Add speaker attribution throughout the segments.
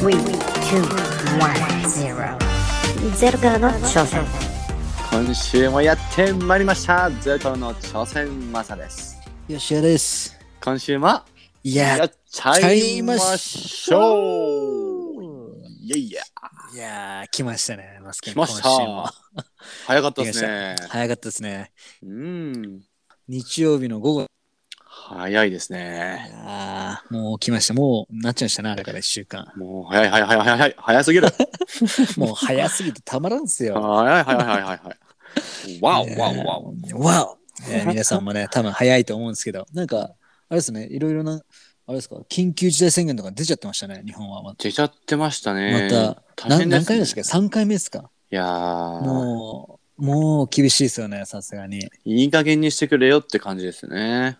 Speaker 1: three, two, one, zero. ゼロからの挑戦。
Speaker 2: 今週もやってまいりましたゼトの挑戦マサです
Speaker 3: よしやです。
Speaker 2: 今週も
Speaker 3: い
Speaker 2: や
Speaker 3: や
Speaker 2: っ、ちゃいましょういやいや
Speaker 3: いやー、来ましたね、マスケン
Speaker 2: 来まし
Speaker 3: 今週も
Speaker 2: た早かったですね
Speaker 3: 早かったですね。
Speaker 2: うん
Speaker 3: 日曜日の午後。い
Speaker 2: 早いですね
Speaker 3: やーもう来ました。もうなっちゃいましたな、だから一週間。
Speaker 2: もう早い早い早い早い早い早すぎる
Speaker 3: もう早すぎてたまらんで すよ。
Speaker 2: 早い早い早い早い早いわお
Speaker 3: ね
Speaker 2: わおわお
Speaker 3: わお、えー皆さんもね、多分早いと思うんですけど、なんか、あれですね、いろいろな、あれですか、緊急事態宣言とか出ちゃってましたね、日本は。ま
Speaker 2: 出ちゃってましたね
Speaker 3: た、
Speaker 2: 大変ですね
Speaker 3: な何回目でしたっけ ?3 回目ですか
Speaker 2: いやー
Speaker 3: もう、もう厳しいですよね、さすがに。
Speaker 2: いい加減にしてくれよって感じですね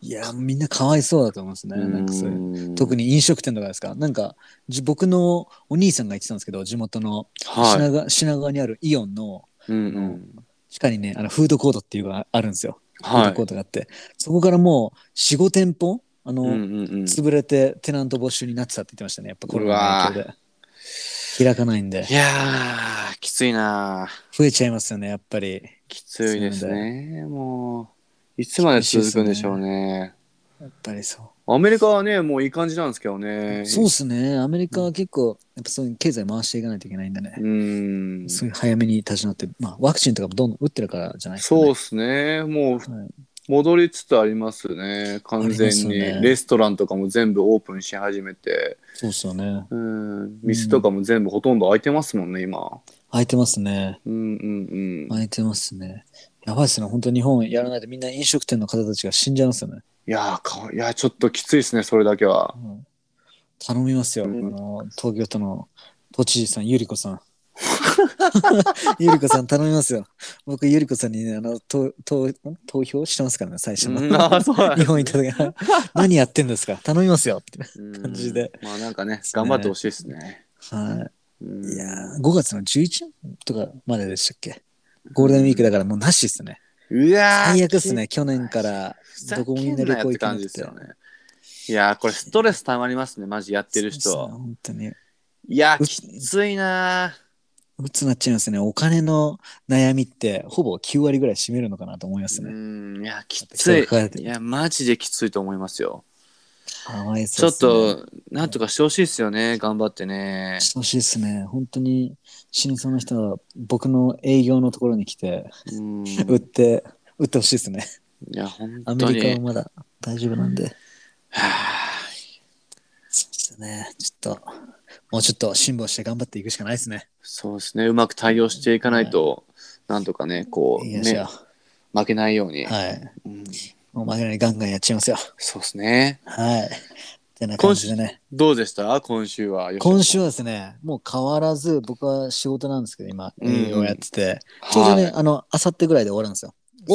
Speaker 3: いやー、みんなかわいそうだと思うんですね。なんかそういう特に飲食店とかですかなんかじ僕のお兄さんが言ってたんですけど地元の
Speaker 2: はい
Speaker 3: 品川,、品川にあるイオンの
Speaker 2: うんうん
Speaker 3: 地下にねあのフードコートっていうのがあるんですよ、フー
Speaker 2: は
Speaker 3: ドコートがあってそこからもう45店舗あの、
Speaker 2: い。うんうんうん。い
Speaker 3: 潰れてテナント募集になってたって言ってましたねやっぱコロナの影響で開かないんで
Speaker 2: やー、きついなー。
Speaker 3: 増えちゃいますよねやっぱり
Speaker 2: きついですね。もう、いつまで続くんでしょうね。
Speaker 3: やっぱりそう
Speaker 2: アメリカはね、もういい感じなんですけどね。
Speaker 3: そうですねアメリカは結構やっぱそういう経済回していかないといけないんだね、
Speaker 2: うん。
Speaker 3: そういう早めに立ち直って、まあ、ワクチンとかもどんどん打ってるからじゃないですか、ね、
Speaker 2: そうですね。もう
Speaker 3: はい、
Speaker 2: 戻りつつありますね。完全
Speaker 3: あ
Speaker 2: に。
Speaker 3: りますね
Speaker 2: レストランとかも全部オープンし始めて。
Speaker 3: そうっすよね
Speaker 2: うん。店とかも全部ほとんど開いてますもんね、今。
Speaker 3: 空いてますね。
Speaker 2: うんうんうん。
Speaker 3: 空いてますね。やばいっすね。本当日本やらないとみんな飲食店の方たちが死んじゃいますよね。
Speaker 2: いやーか、いやーちょっときついですね、それだけは。
Speaker 3: 頼みますよ。
Speaker 2: うん
Speaker 3: あの東京都の都知事さん、ゆりこさん。 ゆりこさん頼みますよ。僕、ゆりこさんにね、あの、とと投票してますからね、最初の。
Speaker 2: うんあーそうなんだ
Speaker 3: 日本行った時何やってんですか頼みますよって。
Speaker 2: 感
Speaker 3: 感じで。
Speaker 2: まあなんかね、
Speaker 3: すね
Speaker 2: 頑張ってほしいですね。
Speaker 3: は
Speaker 2: うん
Speaker 3: い。いやー、5月の11とかまででしたっけゴールデンウィークだからもうなしっすね。
Speaker 2: うわー
Speaker 3: 最悪っすね。去年から
Speaker 2: ふざけ
Speaker 3: どこもみん
Speaker 2: ん
Speaker 3: な
Speaker 2: な
Speaker 3: 旅
Speaker 2: よって
Speaker 3: 行行かな
Speaker 2: 感
Speaker 3: く
Speaker 2: じ
Speaker 3: て
Speaker 2: ですよね。いやーこれストレスたまりますね、マジやってる人
Speaker 3: そう
Speaker 2: は
Speaker 3: っすね。本当に。
Speaker 2: いやー
Speaker 3: う
Speaker 2: きついな
Speaker 3: うつなっちゃいますね。お金の悩みって、ほぼ9割ぐらい占めるのかなと思います
Speaker 2: ー
Speaker 3: ね。
Speaker 2: うん、いや、き
Speaker 3: 人
Speaker 2: つ
Speaker 3: が
Speaker 2: い。
Speaker 3: 抱えて
Speaker 2: い
Speaker 3: る
Speaker 2: や、マジできついと思いますよ。
Speaker 3: かわい
Speaker 2: ち
Speaker 3: そ
Speaker 2: ょ
Speaker 3: う
Speaker 2: っと、なんとかしてほしいですよね、頑張ってね。
Speaker 3: してほしいですね。本当に死にそうな人は、僕の営業のところに来て、
Speaker 2: うん。い
Speaker 3: 売って、売ってほしいですね。
Speaker 2: や、本
Speaker 3: アメ
Speaker 2: 当
Speaker 3: リカは
Speaker 2: に。
Speaker 3: まだ大丈夫なんで。
Speaker 2: はー
Speaker 3: そうですね。ちょっと、もうちょっと辛抱して頑張っていくしかないですね。
Speaker 2: そうですね、うまく対応していかないと、なんとかね、こう、
Speaker 3: いいですよ
Speaker 2: ね、負けないように。
Speaker 3: はい。
Speaker 2: うん
Speaker 3: もう負けないガンガンやっちゃいますよ。
Speaker 2: そうですね。
Speaker 3: はい。てな感じでね。
Speaker 2: どうでした今週は。よし
Speaker 3: 今週はですね、もう変わらず、僕は仕事なんですけど、今、
Speaker 2: うん
Speaker 3: 営業やってて、ちょうどね、
Speaker 2: はい
Speaker 3: あの、あさってぐらいで終わるんですよ。
Speaker 2: お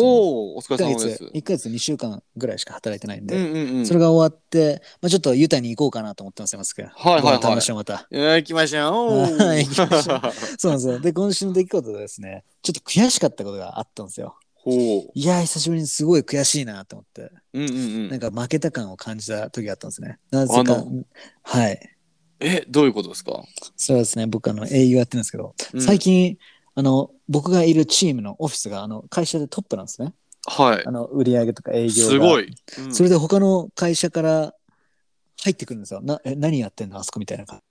Speaker 2: お、お疲れ
Speaker 3: 1ヶ
Speaker 2: 様で
Speaker 3: 月
Speaker 2: す。、
Speaker 3: 1ヶ月2週間ぐらいしか働いてないん
Speaker 2: う
Speaker 3: で、
Speaker 2: んうんうん。
Speaker 3: それが終わって、まあ、ちょっとユタに行こうかなと思ってますよ、マスク。
Speaker 2: はいはいはい
Speaker 3: ご飯食べましょう、また。
Speaker 2: えー行きましょう。
Speaker 3: はい行きましょうそうなんですよ。で、今週の出来事でですね、ちょっと悔しかったことがあったんですよ。
Speaker 2: ほ
Speaker 3: いやー、久しぶりにすごい悔しいなと思って、
Speaker 2: う。うんうんう
Speaker 3: なん
Speaker 2: ん。
Speaker 3: か負けた感を感じた時があったんですね。なぜ
Speaker 2: あ
Speaker 3: か
Speaker 2: の、
Speaker 3: はい。
Speaker 2: え、どういうことですか。
Speaker 3: それはですね、僕、あの、営業やってるんですけど、
Speaker 2: うん
Speaker 3: 最近、あの、僕がいるチームのオフィスが、あの、会社でトップなんですね。
Speaker 2: は
Speaker 3: あの、売り上げとか営
Speaker 2: い。
Speaker 3: 業が。
Speaker 2: すごい。うん
Speaker 3: それで他の会社から入ってくるんですよ。な、え、何やってんのあそこみたいな感じ。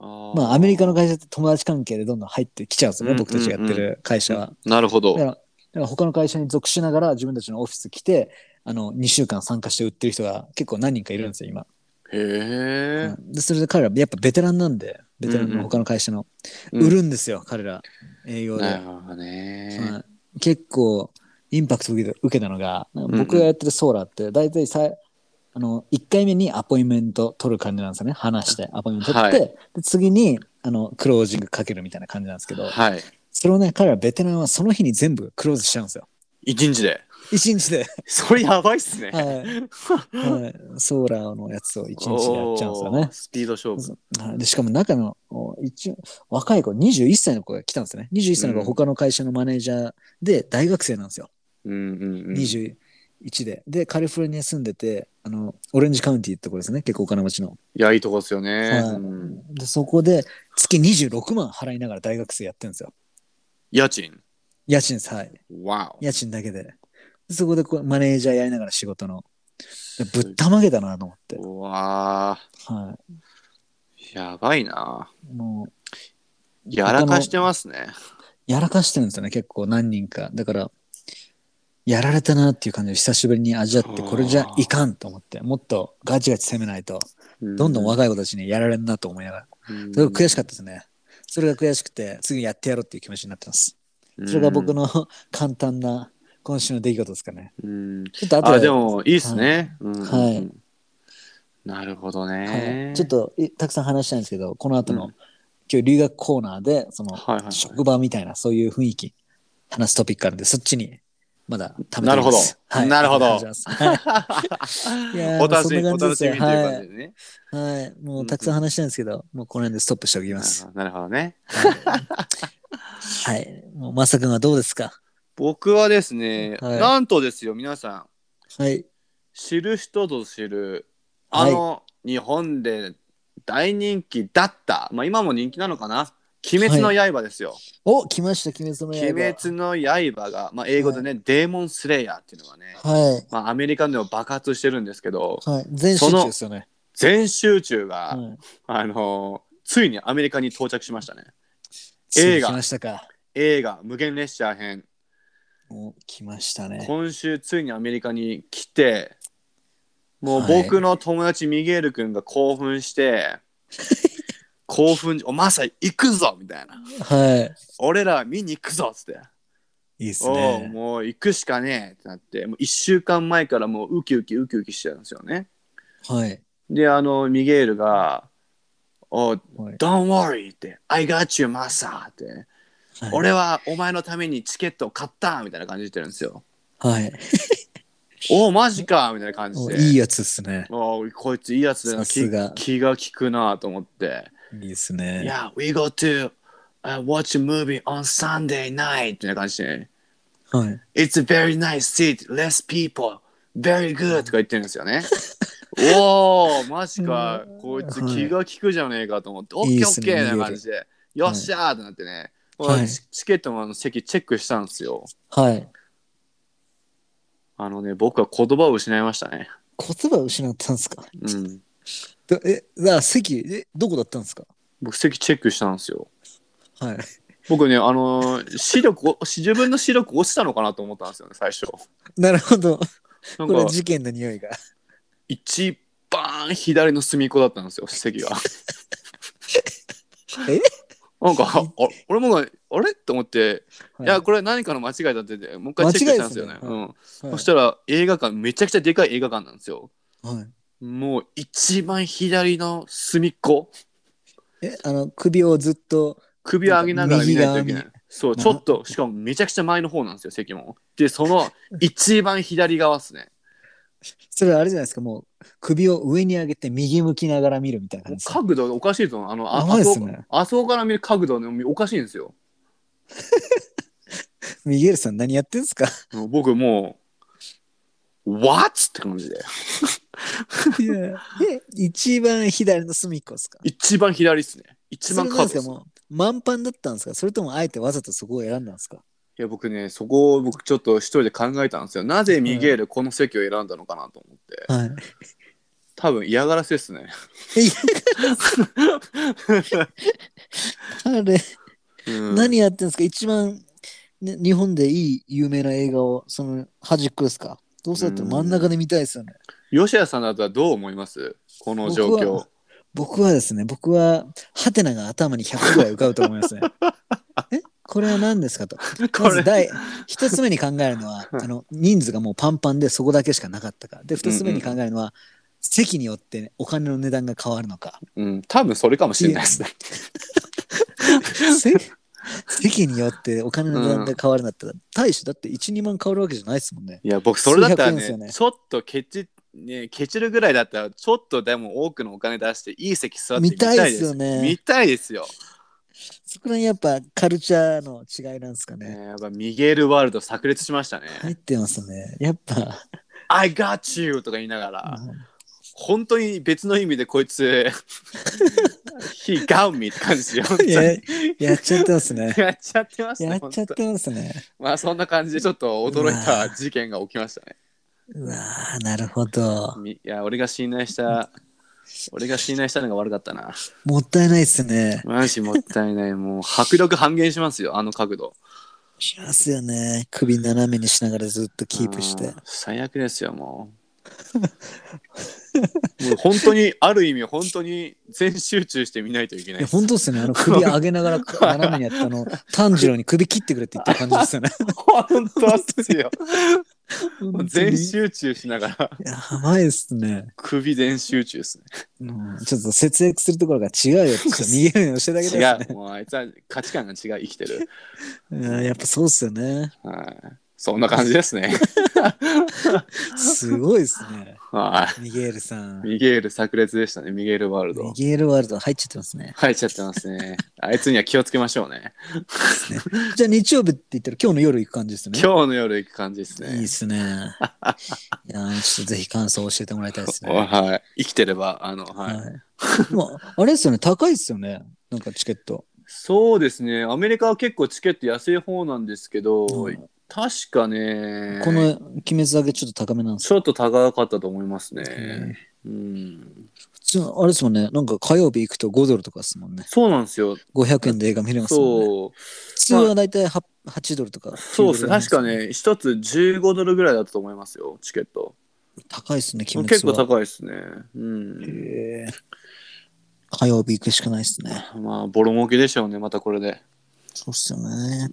Speaker 3: まあ、アメリカの。会社って友達関係でどんどん入ってきちゃうんですよね、
Speaker 2: うん
Speaker 3: 僕たちがやってる会社は。
Speaker 2: ーなるほ
Speaker 3: だか
Speaker 2: ど。
Speaker 3: ら、だから他の会社に属しながら自分たちのオフィス来て、あの、2週間参加して売ってる人が結構何人かいるんですよ、今。
Speaker 2: へえ。
Speaker 3: うんでそれで彼ら、やっぱベテランなんで、ベテランの他の会社の。
Speaker 2: うん
Speaker 3: 売るんですよ、彼ら。営業で。
Speaker 2: なるほどね。
Speaker 3: はい結構インパクト受けた受けたのが
Speaker 2: ん
Speaker 3: 僕がやってるソーラーって大体さあの1回目にアポインメント取る感じなんですよね話してアポインメント取って、
Speaker 2: は
Speaker 3: で次にあのクロージングかけるみたいな感じなんですけど、
Speaker 2: はい。
Speaker 3: それをね彼らベテランはその日に全部クローズしちゃうんですよ
Speaker 2: 一日で。
Speaker 3: 1日で、
Speaker 2: それやばいっすね。
Speaker 3: はいはい、ソーラーのやつを1日でやっちゃうんですよ
Speaker 2: お
Speaker 3: ね
Speaker 2: ースピード勝負。
Speaker 3: はいでしかも中のお一応若い子21歳の子が来たんですよね21歳の子
Speaker 2: う
Speaker 3: は
Speaker 2: ん
Speaker 3: 他の会社のマネージャーで大学生なんですよ
Speaker 2: うんうんうん。
Speaker 3: 21 1で。で、カリフォルニアに住んでて、あの、オレンジカウンティーってところですね。結構お金持ちの。
Speaker 2: いや、いいとこですよね。
Speaker 3: はい
Speaker 2: うん
Speaker 3: で、そこで月26万払いながら大学生やってるんですよ。
Speaker 2: 家賃。
Speaker 3: 家賃です。はい。
Speaker 2: わお。
Speaker 3: 家賃だけで。でそこでこうマネージャーやりながら仕事の。でぶったまげたなと思って。
Speaker 2: うわあ
Speaker 3: は
Speaker 2: やばいな。
Speaker 3: い。もう、
Speaker 2: やらかしてますね。
Speaker 3: やらかしてるんですよね。結構何人か。だから、やられたなっていう感じを久しぶりに味わって、これじゃいかんと思って、もっとガチガチ攻めないと、どんどん
Speaker 2: わ
Speaker 3: 若い子たちにやられんなと思いながら。
Speaker 2: うん
Speaker 3: それが悔しかったですね。それが悔しくて、すぐやってやろうっていう気持ちになってます。それが僕。の 簡単な今週の出来事ですかね。
Speaker 2: うんうん
Speaker 3: ちょっと後
Speaker 2: あ、
Speaker 3: で、
Speaker 2: でも、いいですね。
Speaker 3: はい
Speaker 2: うん。なるほど
Speaker 3: は
Speaker 2: ね
Speaker 3: い、。ちょっ。といたくさん話したいんですけど、この後の、
Speaker 2: うん
Speaker 3: 今日留学コーナーで、その、
Speaker 2: はいはい。
Speaker 3: 職場みたいな、そういう雰囲気、話すトピックあるんで、そっちに、まだ食べて
Speaker 2: なるほど
Speaker 3: はい、
Speaker 2: なるほど
Speaker 3: 食べてますはいい やー
Speaker 2: お楽しみ、
Speaker 3: も
Speaker 2: お
Speaker 3: うそんな感
Speaker 2: 楽
Speaker 3: じ
Speaker 2: しみという
Speaker 3: ですよ
Speaker 2: 感じでね。
Speaker 3: はい、はい。もうたくさん話したいんですけど、もうこの辺でストップしておきます。
Speaker 2: なるほどね。
Speaker 3: はい。もう、まさくんはどうですか
Speaker 2: 僕はですね、
Speaker 3: はい
Speaker 2: なんとですよ、皆さん、
Speaker 3: はい。
Speaker 2: 知る人ぞ知る、
Speaker 3: は
Speaker 2: あ
Speaker 3: い
Speaker 2: の、日本で大人気だった、まあ今も人気なのかな、鬼滅の刃ですよ。
Speaker 3: お、来ました、鬼滅の刃。
Speaker 2: 鬼滅の刃が、まあ英語でね、デーモンスレイヤーっていうのがね、
Speaker 3: はい。
Speaker 2: まあアメリカでも爆発してるんですけど、
Speaker 3: はい。全集中ですよね。
Speaker 2: 全集中が、
Speaker 3: はい
Speaker 2: あのーついにアメリカに到着しましたね。
Speaker 3: ついに
Speaker 2: 映画
Speaker 3: 来ましたか。
Speaker 2: 映画、無限列車編。
Speaker 3: お、来ましたね。
Speaker 2: 今週ついにアメリカに来てもう
Speaker 3: はい
Speaker 2: 僕の友達ミゲール君が興奮して、 興奮おまさ行くぞみたいな
Speaker 3: は
Speaker 2: 俺らは見に行くぞっつって、
Speaker 3: い。いいです
Speaker 2: おう
Speaker 3: ね。
Speaker 2: もう行くしかねえってなってもう1週間前からもうウキウキウキウキしてたんですよね
Speaker 3: はい。
Speaker 2: であのミゲールが「おう
Speaker 3: はい
Speaker 2: Don't worry」って「I got you マサ」って「俺はお前のためにチケットを買った」みたいな感じで言ってるんですよ
Speaker 3: はい。
Speaker 2: 「おおマジか」みたいな感じ
Speaker 3: お
Speaker 2: で
Speaker 3: いいやつですね。
Speaker 2: ああ、こいついいやつだな。
Speaker 3: さすが
Speaker 2: 気気が利くなと思って。
Speaker 3: いいですね。
Speaker 2: yeah, we go to、watch a movie on Sunday night みたいな感じで、
Speaker 3: はい。
Speaker 2: It's a very nice seat, less people, very good とか言ってるんですよね。 おお、マジか。こいつ気が利くじゃねえかと思って、オッ
Speaker 3: いい
Speaker 2: ケ
Speaker 3: っ
Speaker 2: ーオ
Speaker 3: す
Speaker 2: ッ
Speaker 3: ね
Speaker 2: ケーな感じで、よっしゃーってなってね、
Speaker 3: はい
Speaker 2: チチケットのあの席チェックしたんですよ。
Speaker 3: はい。
Speaker 2: あのね、僕は言葉を失いましたね。
Speaker 3: 言葉を失ったんですか
Speaker 2: うん。
Speaker 3: どえ、だから席、え、どこだったんですか
Speaker 2: 僕席チェックしたんですよ。
Speaker 3: はい。
Speaker 2: 僕ね、あのー視力お、自分の視力落ちたのかなと思ったんですよね、最初。
Speaker 3: なるほど。
Speaker 2: な
Speaker 3: こ
Speaker 2: ん
Speaker 3: れ
Speaker 2: か、
Speaker 3: 事件の匂いが。
Speaker 2: 一番左の隅っこだったんですよ、席が。
Speaker 3: え
Speaker 2: なんか、あ俺も、あれと思って、い、
Speaker 3: は
Speaker 2: や、
Speaker 3: い
Speaker 2: これ何かの間違いだってて、もう一回チェックしたんですよね。
Speaker 3: 間違いですね
Speaker 2: うん
Speaker 3: はい
Speaker 2: そしたら、映画館、めちゃくちゃでかい映画館なんですよ。
Speaker 3: はい
Speaker 2: もう、一番左の隅っこ。
Speaker 3: え、あの、首をずっと、
Speaker 2: 首を上げながら見ないといけな
Speaker 3: 右側
Speaker 2: い。そう、ちょっと、しかもめちゃくちゃ前の方なんですよ、席も。で、その、一番左側っす ね。
Speaker 3: それあれじゃないですか、もう、首を上に上げて右向きながら見るみたいな
Speaker 2: も
Speaker 3: 感
Speaker 2: う
Speaker 3: じですね。
Speaker 2: 角度がおかしいぞあのあ
Speaker 3: やばいっ
Speaker 2: そ
Speaker 3: す
Speaker 2: こ、
Speaker 3: ね
Speaker 2: あそこから見る角度ねおかしいんですよ
Speaker 3: ミゲルさん何やって んすか
Speaker 2: もう僕もう「What?」って感じで
Speaker 3: いやえ、一番左の隅っこですか
Speaker 2: 一番左っすね一
Speaker 3: そ
Speaker 2: 番
Speaker 3: れなん
Speaker 2: 角
Speaker 3: で
Speaker 2: で
Speaker 3: すか
Speaker 2: すい
Speaker 3: もう満帆だったんですかそれともあえてわざとそこを選んだんですか
Speaker 2: や僕ねそこを僕ちょっと一人で考えたんですよなぜミゲールこの席を選んだのかなと思って
Speaker 3: はい。
Speaker 2: 多分嫌がらせですね
Speaker 3: あれ、
Speaker 2: うん
Speaker 3: 何やってんですか一番、ね、日本でいい有名な映画をその端っこですかどうせだったら真ん中で見たいですよね。
Speaker 2: 吉谷さんだったらどう思いますこの状
Speaker 3: 僕
Speaker 2: 況
Speaker 3: は僕はですね、僕はハテナが頭に100ぐらい浮かぶと思います ね。えこれは何ですかと。
Speaker 2: こ
Speaker 3: まず
Speaker 2: れ、
Speaker 3: 第一つ目に考えるのはあの人数がもうパンパンでそこだけしかなかったか。で二つ目に考えるのは、席によって、お金の値段が変わるのか。
Speaker 2: うん、多分それかもしれないですね
Speaker 3: せ席によってお金の値段が変わるんだったら、大してだって12万変わるわけじゃないですもんね。
Speaker 2: いや僕それだったら
Speaker 3: 数百円で
Speaker 2: ね
Speaker 3: すよね
Speaker 2: ちょっとケチねケチるぐらいだったらちょっとでも多くのお金出していい席座ってみたいです
Speaker 3: 見たいっすよね
Speaker 2: 見たいですよ、
Speaker 3: そこら辺やっぱカルチャーの違いなんですか
Speaker 2: ね
Speaker 3: ね。
Speaker 2: やっぱミゲールワールド炸裂しましたね、
Speaker 3: 入ってますね。やっぱ
Speaker 2: I got you! とか言いながら、本当に別の意味でこい つ、He got me! って感じ よ。本当に。
Speaker 3: ややっちゃってますね
Speaker 2: やっちゃってました
Speaker 3: やっ
Speaker 2: 本
Speaker 3: ちゃっ
Speaker 2: 当
Speaker 3: てますね。
Speaker 2: まあそんな感じでちょっと驚いた事件が起きましたね。
Speaker 3: うわーなるほど。
Speaker 2: みいや、俺が信頼した、俺が信頼したのが悪かったな。
Speaker 3: もったいないですね。
Speaker 2: マジもったいない。もう迫力半減しますよ、あの角度。
Speaker 3: しますよね。首斜めにしながらずっとキープし
Speaker 2: う
Speaker 3: て
Speaker 2: ん。。最悪ですよ、もう。もう本当に、ある意味、本当に全集中して見ないといけないい
Speaker 3: や。本当ですよね。あの首上げながら 斜めにやったあの炭治郎に首切ってくれって言った感じですよね。
Speaker 2: 本当ですよ。 もう全
Speaker 3: い
Speaker 2: 集中しながら、
Speaker 3: やばいですね、
Speaker 2: 首全集中ですね。
Speaker 3: うんちょっと節約するところが違う よってちょっと逃げるようにしてあげたいで
Speaker 2: 違う、もうあいつは価値観が違う、生きてる。
Speaker 3: すね。いややっぱそうですよね。
Speaker 2: はい。そんな感じですね。
Speaker 3: すごいですね。
Speaker 2: はい。
Speaker 3: ミゲールさん。ミ
Speaker 2: ミゲール炸裂でしたね、ミゲールワールド。
Speaker 3: ゲールワールド入っちゃってますね。
Speaker 2: 入っちゃってますね。あいつには気をつけましょうね。
Speaker 3: じゃあ日曜日って言ったら今日の夜行く感じですね。
Speaker 2: 今日の夜行く感じです
Speaker 3: いい
Speaker 2: ね
Speaker 3: で。すね。いやーちょっとぜひ感想を教えてもらいたいですね。
Speaker 2: おはい。生きてれば、あの、はい。
Speaker 3: はい。まあ、あれですよね、高いですよね。なんかチケット。
Speaker 2: そうですね、アメリカは結構チケット安い方なんですけど、
Speaker 3: うん
Speaker 2: 確かね、
Speaker 3: この鬼滅だけちょっと高めなんです
Speaker 2: ちょっと高かったと思います
Speaker 3: けど
Speaker 2: ね。
Speaker 3: ね。
Speaker 2: うん。
Speaker 3: 普通、あれですもんね、なんか火曜日行くと5ドルとかですもんね。
Speaker 2: そうなんですよ。
Speaker 3: 500円で映画見れますもんね。
Speaker 2: そう。
Speaker 3: 普通はだいたい 8, 8ドルとか。
Speaker 2: そうですね。確か
Speaker 3: に
Speaker 2: ね、一つ15ドルぐらいだったと思いますよ、チケット。
Speaker 3: 高いですね、鬼滅
Speaker 2: 結構
Speaker 3: は。
Speaker 2: 高いですね。うん。
Speaker 3: へー火曜日行くしかないですね。
Speaker 2: まあ、ボロ儲けでしょうね、またこれで。
Speaker 3: そうっすよね。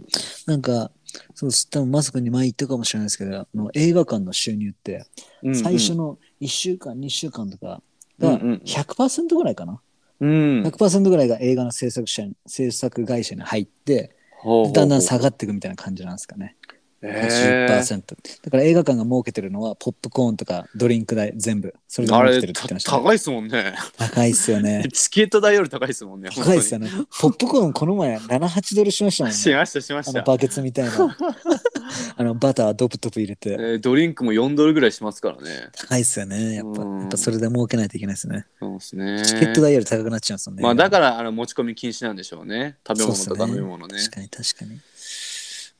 Speaker 3: なんか、そうっす。多分マスクに前言ったかもしれないですけど、あの映画館の収入って、
Speaker 2: うんうん
Speaker 3: 最初の1週間、2週間とか
Speaker 2: う
Speaker 3: が
Speaker 2: んうん
Speaker 3: 100%ぐらいかな。
Speaker 2: うん。
Speaker 3: 100%ぐらいが映画の制作者に制作会社に入って、
Speaker 2: ほうほうほう
Speaker 3: だんだん下がっていくみたいな感じなんですかね。
Speaker 2: えー
Speaker 3: 80%。だから映画館が儲けてるのは、ポップコーンとかドリンク代全部、それで
Speaker 2: あ
Speaker 3: 儲け
Speaker 2: れ
Speaker 3: てるって言ってました
Speaker 2: た
Speaker 3: ね、
Speaker 2: 高いっすもんね。。
Speaker 3: 高いっすよね
Speaker 2: チケット代より高いっすもんね。
Speaker 3: 高いっすよ
Speaker 2: ね。
Speaker 3: ね。ポップコーンこの前7、8ドルしましたもんね。
Speaker 2: しましたしま
Speaker 3: あ
Speaker 2: し
Speaker 3: の
Speaker 2: た。
Speaker 3: バケツみたいな。 あのバタードプドプ入れ
Speaker 2: え
Speaker 3: て。
Speaker 2: ードリンクも4ドルぐらいしますからね。
Speaker 3: 高いっすよね。やっぱ、
Speaker 2: うん
Speaker 3: やっぱそれで儲けないといけないですね。
Speaker 2: そうですね。
Speaker 3: チケット代より高くなっちゃうんですよね。
Speaker 2: まあだ
Speaker 3: ら、
Speaker 2: からあの持ち込み禁止なんでしょうね。食べ物
Speaker 3: そう
Speaker 2: と
Speaker 3: っすよ
Speaker 2: か
Speaker 3: ね
Speaker 2: 飲み物ね。
Speaker 3: 確かに確かに。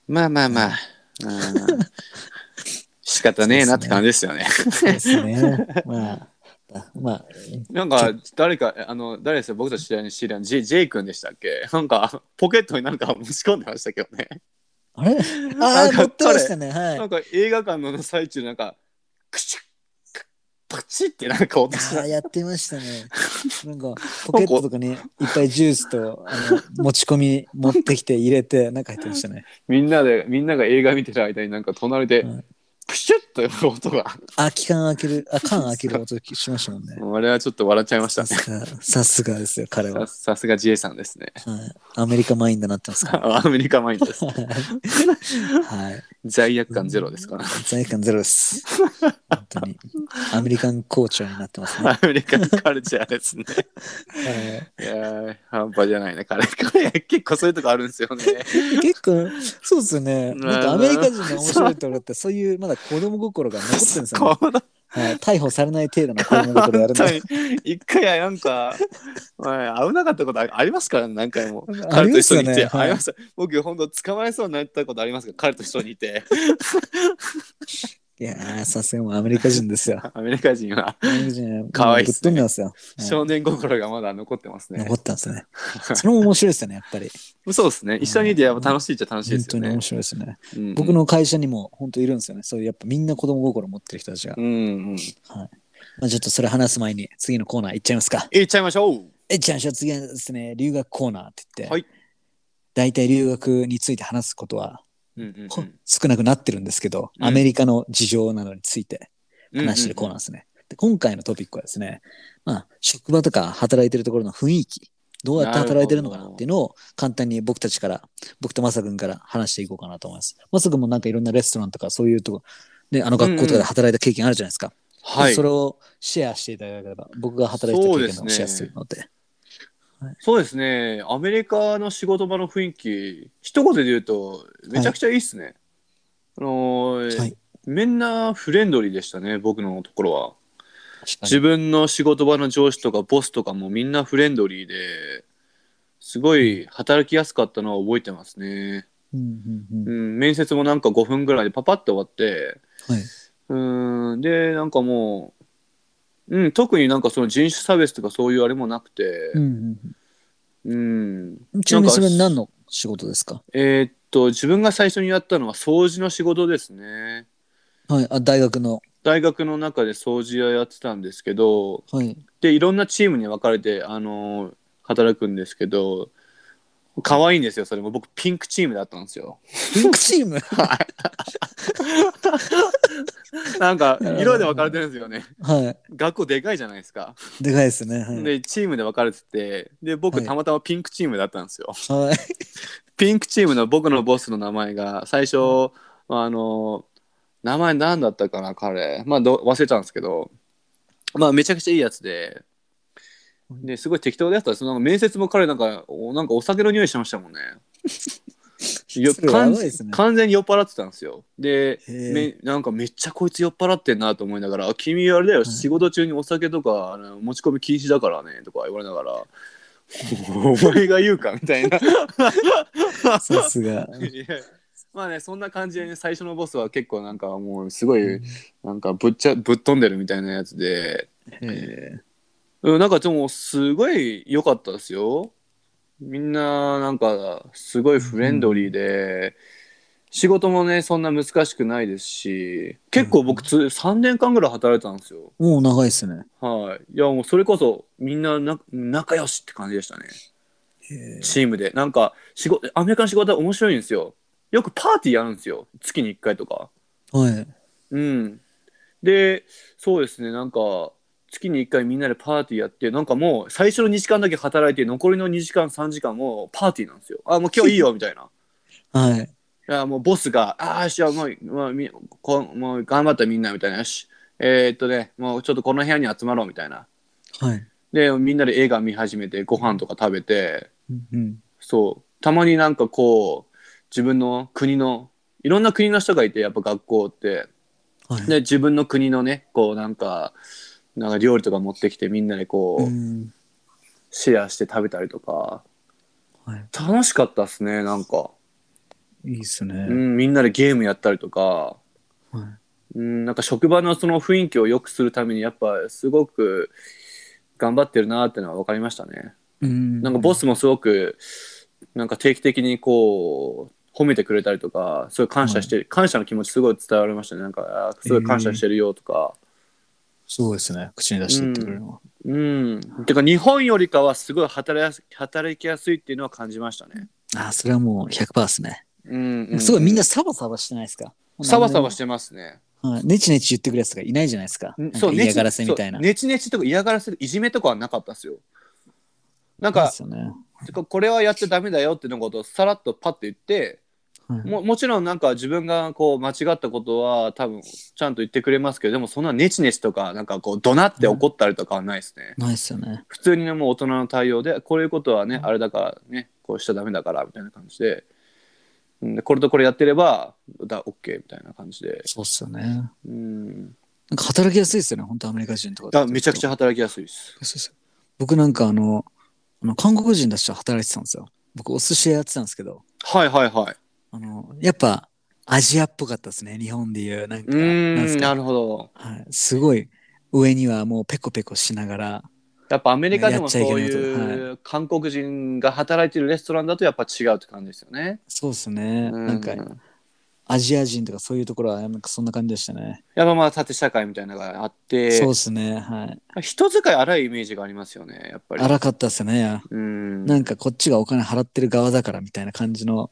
Speaker 2: まあまあま あ。うん仕方ねえなって感じですよね。
Speaker 3: そうです ね。まあ、あまあ、
Speaker 2: なんか誰か、あの、誰ですよ、僕たち知り合いの知り合いの J, J 君でしたっけなんかポケットになんか持ち込んでましたけどね。
Speaker 3: あれあ
Speaker 2: な
Speaker 3: あ、
Speaker 2: んか
Speaker 3: 持ってましたね。はい。
Speaker 2: な
Speaker 3: あ
Speaker 2: んか映画館の最中なんかクシュッパチッってなんか音しな
Speaker 3: あー、やってましたね。なんか、ポケットとかにいっぱいジュースとあの持ち込み持ってきて入れて、なんか入ってましたね。
Speaker 2: みんなでみんなが映画見てる間になんか隣で
Speaker 3: うん
Speaker 2: クシュッという音が
Speaker 3: あ、期間開ける、あ、缶開ける音しましたもんね。
Speaker 2: あれはちょっと笑っちゃいました
Speaker 3: さ
Speaker 2: ね
Speaker 3: すが、さすがですよ、彼は
Speaker 2: さ。さすが J さんですね
Speaker 3: はい、アメリカマインドになってますから。
Speaker 2: アメリカマインド です
Speaker 3: はい。
Speaker 2: 罪悪感ゼロですから
Speaker 3: 罪悪感ゼロです。本当に。アメリカンコーチャーになってますね。
Speaker 2: アメリカンカルチャーです ね。
Speaker 3: はい
Speaker 2: いやー半端じゃないね。彼彼結構そういうとこあるんですよね。
Speaker 3: 結構、そうですよね。
Speaker 2: うん
Speaker 3: なんかアメリカ人の面白いところって、そういうまだ子供心が残ってるんですよね。
Speaker 2: この
Speaker 3: はい、逮捕されない程度の子供
Speaker 2: 本
Speaker 3: 心やる ん
Speaker 2: 当
Speaker 3: で
Speaker 2: に。一回はなんか、まあ、危なかったことありますからね何回も彼
Speaker 3: あり
Speaker 2: と
Speaker 3: ま
Speaker 2: 一
Speaker 3: す
Speaker 2: 緒
Speaker 3: よ
Speaker 2: にい
Speaker 3: ね
Speaker 2: て、
Speaker 3: はい
Speaker 2: ありました僕本当捕まえそうになったことありますけど彼と一緒にいて
Speaker 3: いやー、さすがもうアメリカ人 ですよ。
Speaker 2: アメリカ人は
Speaker 3: アメリカ人は
Speaker 2: かわいいっ
Speaker 3: ぶっ
Speaker 2: すね
Speaker 3: 飛んでますよ。はい
Speaker 2: 少年心がまだ残ってますね、
Speaker 3: 残ったんですね。それも面白いですよね、やっ ぱり。
Speaker 2: そうですね一緒にいてやっぱ楽しいっちゃ楽しいで
Speaker 3: 本
Speaker 2: す
Speaker 3: 当
Speaker 2: よ
Speaker 3: に
Speaker 2: ね
Speaker 3: 面、白いですね。
Speaker 2: うん
Speaker 3: 僕の会社にも本当いるんですよね。そういうやっぱみんな子供心持ってる人たちが
Speaker 2: う。んうん
Speaker 3: まあ、ちょっとそれ話す前に次のコーナー行っちゃいますか。
Speaker 2: いっちゃいましょう
Speaker 3: えっちゃん、じゃあ次はですね、留学コーナーって言って、
Speaker 2: はい
Speaker 3: 大体留学について話すことは、
Speaker 2: うんうん
Speaker 3: ほ少なくなってるんですけど、
Speaker 2: うん
Speaker 3: アメリカの事情などについて
Speaker 2: うん
Speaker 3: 話してるコーナーですね。で今回のトピックはですね、まあ、職場とか働いてるところの雰囲気、どうやって働いてるのかなっていうのを簡単に僕たちから、僕とマサ君から話していこうかなと思います。マサ君もなんかいろんなレストランとかそういうとこ、ね、あの学校とかで働いた経験あるじゃないですか。
Speaker 2: はい
Speaker 3: それをシェアしていただければ、僕が働いてた経験をシェアするので。
Speaker 2: そうですねアメリカの仕事場の雰囲気一言で言うとめちゃくちゃいいっすね、あのー
Speaker 3: はい
Speaker 2: みんなフレンドリーでしたね、僕のところは。
Speaker 3: 確か
Speaker 2: 自分の仕事場の上司とかボスとかもみんなフレンドリーで、すごい働きやすかったのは覚えてますね。
Speaker 3: に。うんうん
Speaker 2: う、
Speaker 3: うん
Speaker 2: 面接もなんか5分ぐらいでパパッと終わって、
Speaker 3: ん。はい。
Speaker 2: うん、で、なんかもう、うん、特になんかその人種差別とかそういうあれもなくて
Speaker 3: う、ん
Speaker 2: うん、
Speaker 3: うん、ちなみにそれ何の仕事ですか
Speaker 2: えーっと、自分が最初にやったのは掃除の仕事ですね。
Speaker 3: はい。あ、大学の。
Speaker 2: 大学の中で掃除をやってたんですけど、
Speaker 3: はい。
Speaker 2: で、いろんなチームに分かれて、あのー働くんですけど、可愛いんですよ、それも。僕、ピンクチームだったんです よ。
Speaker 3: ピンクチーム
Speaker 2: なんか、色で分かれてるんですよね。
Speaker 3: は
Speaker 2: 学校でかいじゃないですか。
Speaker 3: い。でかいですね。はい。
Speaker 2: で、チームで分かれてて、で、
Speaker 3: は
Speaker 2: 僕、
Speaker 3: い
Speaker 2: たまたまピンクチームだったんですよ。
Speaker 3: はい。
Speaker 2: ピンクチームの僕のボスの名前が、最初、あのー名前何だったかな、彼。まあ、ど忘れたんですけど、まあ、めちゃくちゃいいやつで、ですごい適当だったんですなんか面接も彼なんかおなんかお酒の匂いしてましたもんねよ
Speaker 3: それやばいですね
Speaker 2: 完完全に酔っ払ってたんですよで
Speaker 3: へえ
Speaker 2: めなんかめっちゃこいつ酔っ払ってんなと思いながらあ「君あれだよ、
Speaker 3: い
Speaker 2: 仕事中にお酒とかあの持ち込み禁止だからね」とか言われながら 「お前が言うか」みたい な
Speaker 3: さすが。
Speaker 2: まあねそんな感じでね、最初のボスは結構なんかもうすごいなんかぶっちゃぶっ飛んでるみたいなやつで
Speaker 3: え
Speaker 2: うん、なんかでもすごい良かったですよ。みんななんかすごいフレンドリーで、仕事もねそんな難しくないですし結構僕つ、3年間ぐらい働いたんですよ。
Speaker 3: もう長いですね。
Speaker 2: はい、いやもうそれこそみんなな仲良しって感じでしたね
Speaker 3: へえ
Speaker 2: チームでなんか仕事アメリカの仕事は面白いんですよよくパーティーやるんですよ月に1回とか
Speaker 3: はい。
Speaker 2: うん。で、そうですね、なんか、月に1回みんなでパーティーやって、なんかもう最初の2時間だけ働いて、残りの2時間、3時間もうパーティーなんですよ。あ、もう今日いいよ、みたいな。
Speaker 3: はい。
Speaker 2: いや、もうボスが、ああ、よし、もう、もうみこもう頑張ったみんな、みたいな。よし、えーっとね、もうちょっとこの部屋に集まろう、みたいな。
Speaker 3: はい。
Speaker 2: で、みんなで映画見始めて、ご飯とか食べて、
Speaker 3: うんうん。
Speaker 2: そう、たまになんかこう、自分の国の、いろんな国の人がいて、やっぱ学校って。
Speaker 3: はい。
Speaker 2: で自分の国のねこうなんかなんか料理とか持ってきてみんなでこう、
Speaker 3: うん
Speaker 2: シェアして食べたりとか
Speaker 3: は
Speaker 2: 楽しかったっすねなんか、
Speaker 3: い。いいですね。
Speaker 2: うん、みんなでゲームやったりとか、
Speaker 3: は
Speaker 2: うん、なんか職場のその雰囲気を良くするためにやっぱすごく頑張ってるなってのは分かりましたね
Speaker 3: い。うん
Speaker 2: なんかボスもすごくなんか定期的にこう褒めてくれたりとかすごい感謝して、感謝の気持ちすごい伝わりましたねなんかあーすごい感謝してるよとか、
Speaker 3: すごいですね。口に出して言ってくれるのは。
Speaker 2: うん。てか日本よりかはすごい働きやす働きやすいっていうのは感じましたね。
Speaker 3: ああ、それはもう100%ですね。
Speaker 2: うん、う
Speaker 3: すごいみんなサバサバしてないですか
Speaker 2: サバサバしてますね。
Speaker 3: はいネチネチ言ってくるやつがいないじゃないですか。なんか嫌がらせみたいな。
Speaker 2: そうネチネチとか嫌がらせいじめとかはなかったですよ。なん
Speaker 3: そうで
Speaker 2: か
Speaker 3: すよね。
Speaker 2: てかこれはやっちゃダメだよってのことをさらっとパッと言って
Speaker 3: はい
Speaker 2: ももちろんなんか自分がこう間違ったことは多分ちゃんと言ってくれますけどでもそんなネチネチとかなんかこう怒鳴って怒ったりとかはないですね。
Speaker 3: ないですよね。
Speaker 2: 普通にねもう大人の対応でこういうことはねあれだからねこうしちゃダメだからみたいな感じでうんでこれとこれやってればだ OK みたいな感じで
Speaker 3: そうっすよね。な
Speaker 2: うん
Speaker 3: んか働きやすいですよね、本当アメリカ人とかだ
Speaker 2: だ
Speaker 3: と。
Speaker 2: めちゃくちゃ働きやすいです
Speaker 3: そうそう僕なんかあの、あの韓国人たちと働いてたんですよ。僕お寿司屋やってたんですけど、
Speaker 2: はいはいはい
Speaker 3: あの、やっぱアジアっぽかったですね、日本でいう。なん
Speaker 2: う
Speaker 3: か、なん
Speaker 2: ー
Speaker 3: す
Speaker 2: んな
Speaker 3: か、
Speaker 2: るほど
Speaker 3: はい、すごい上にはもうペコペコしながら、
Speaker 2: やっぱアメリカでも
Speaker 3: やっちゃいけ
Speaker 2: そう
Speaker 3: ないこと
Speaker 2: いう韓国人が働いてるレストランだとやっぱ違うって感じですよね
Speaker 3: そうっすね。
Speaker 2: う
Speaker 3: なんかアジア人とかそういうところはなんかそんな感じでしたね。
Speaker 2: やっぱまあ縦社会みたいなのがあって
Speaker 3: そうっすね。はい。
Speaker 2: 人使い荒いイメージがありますよねやっぱり
Speaker 3: 荒かったっすね。
Speaker 2: うん
Speaker 3: なんかこっちがお金払ってる側だからみたいな感じの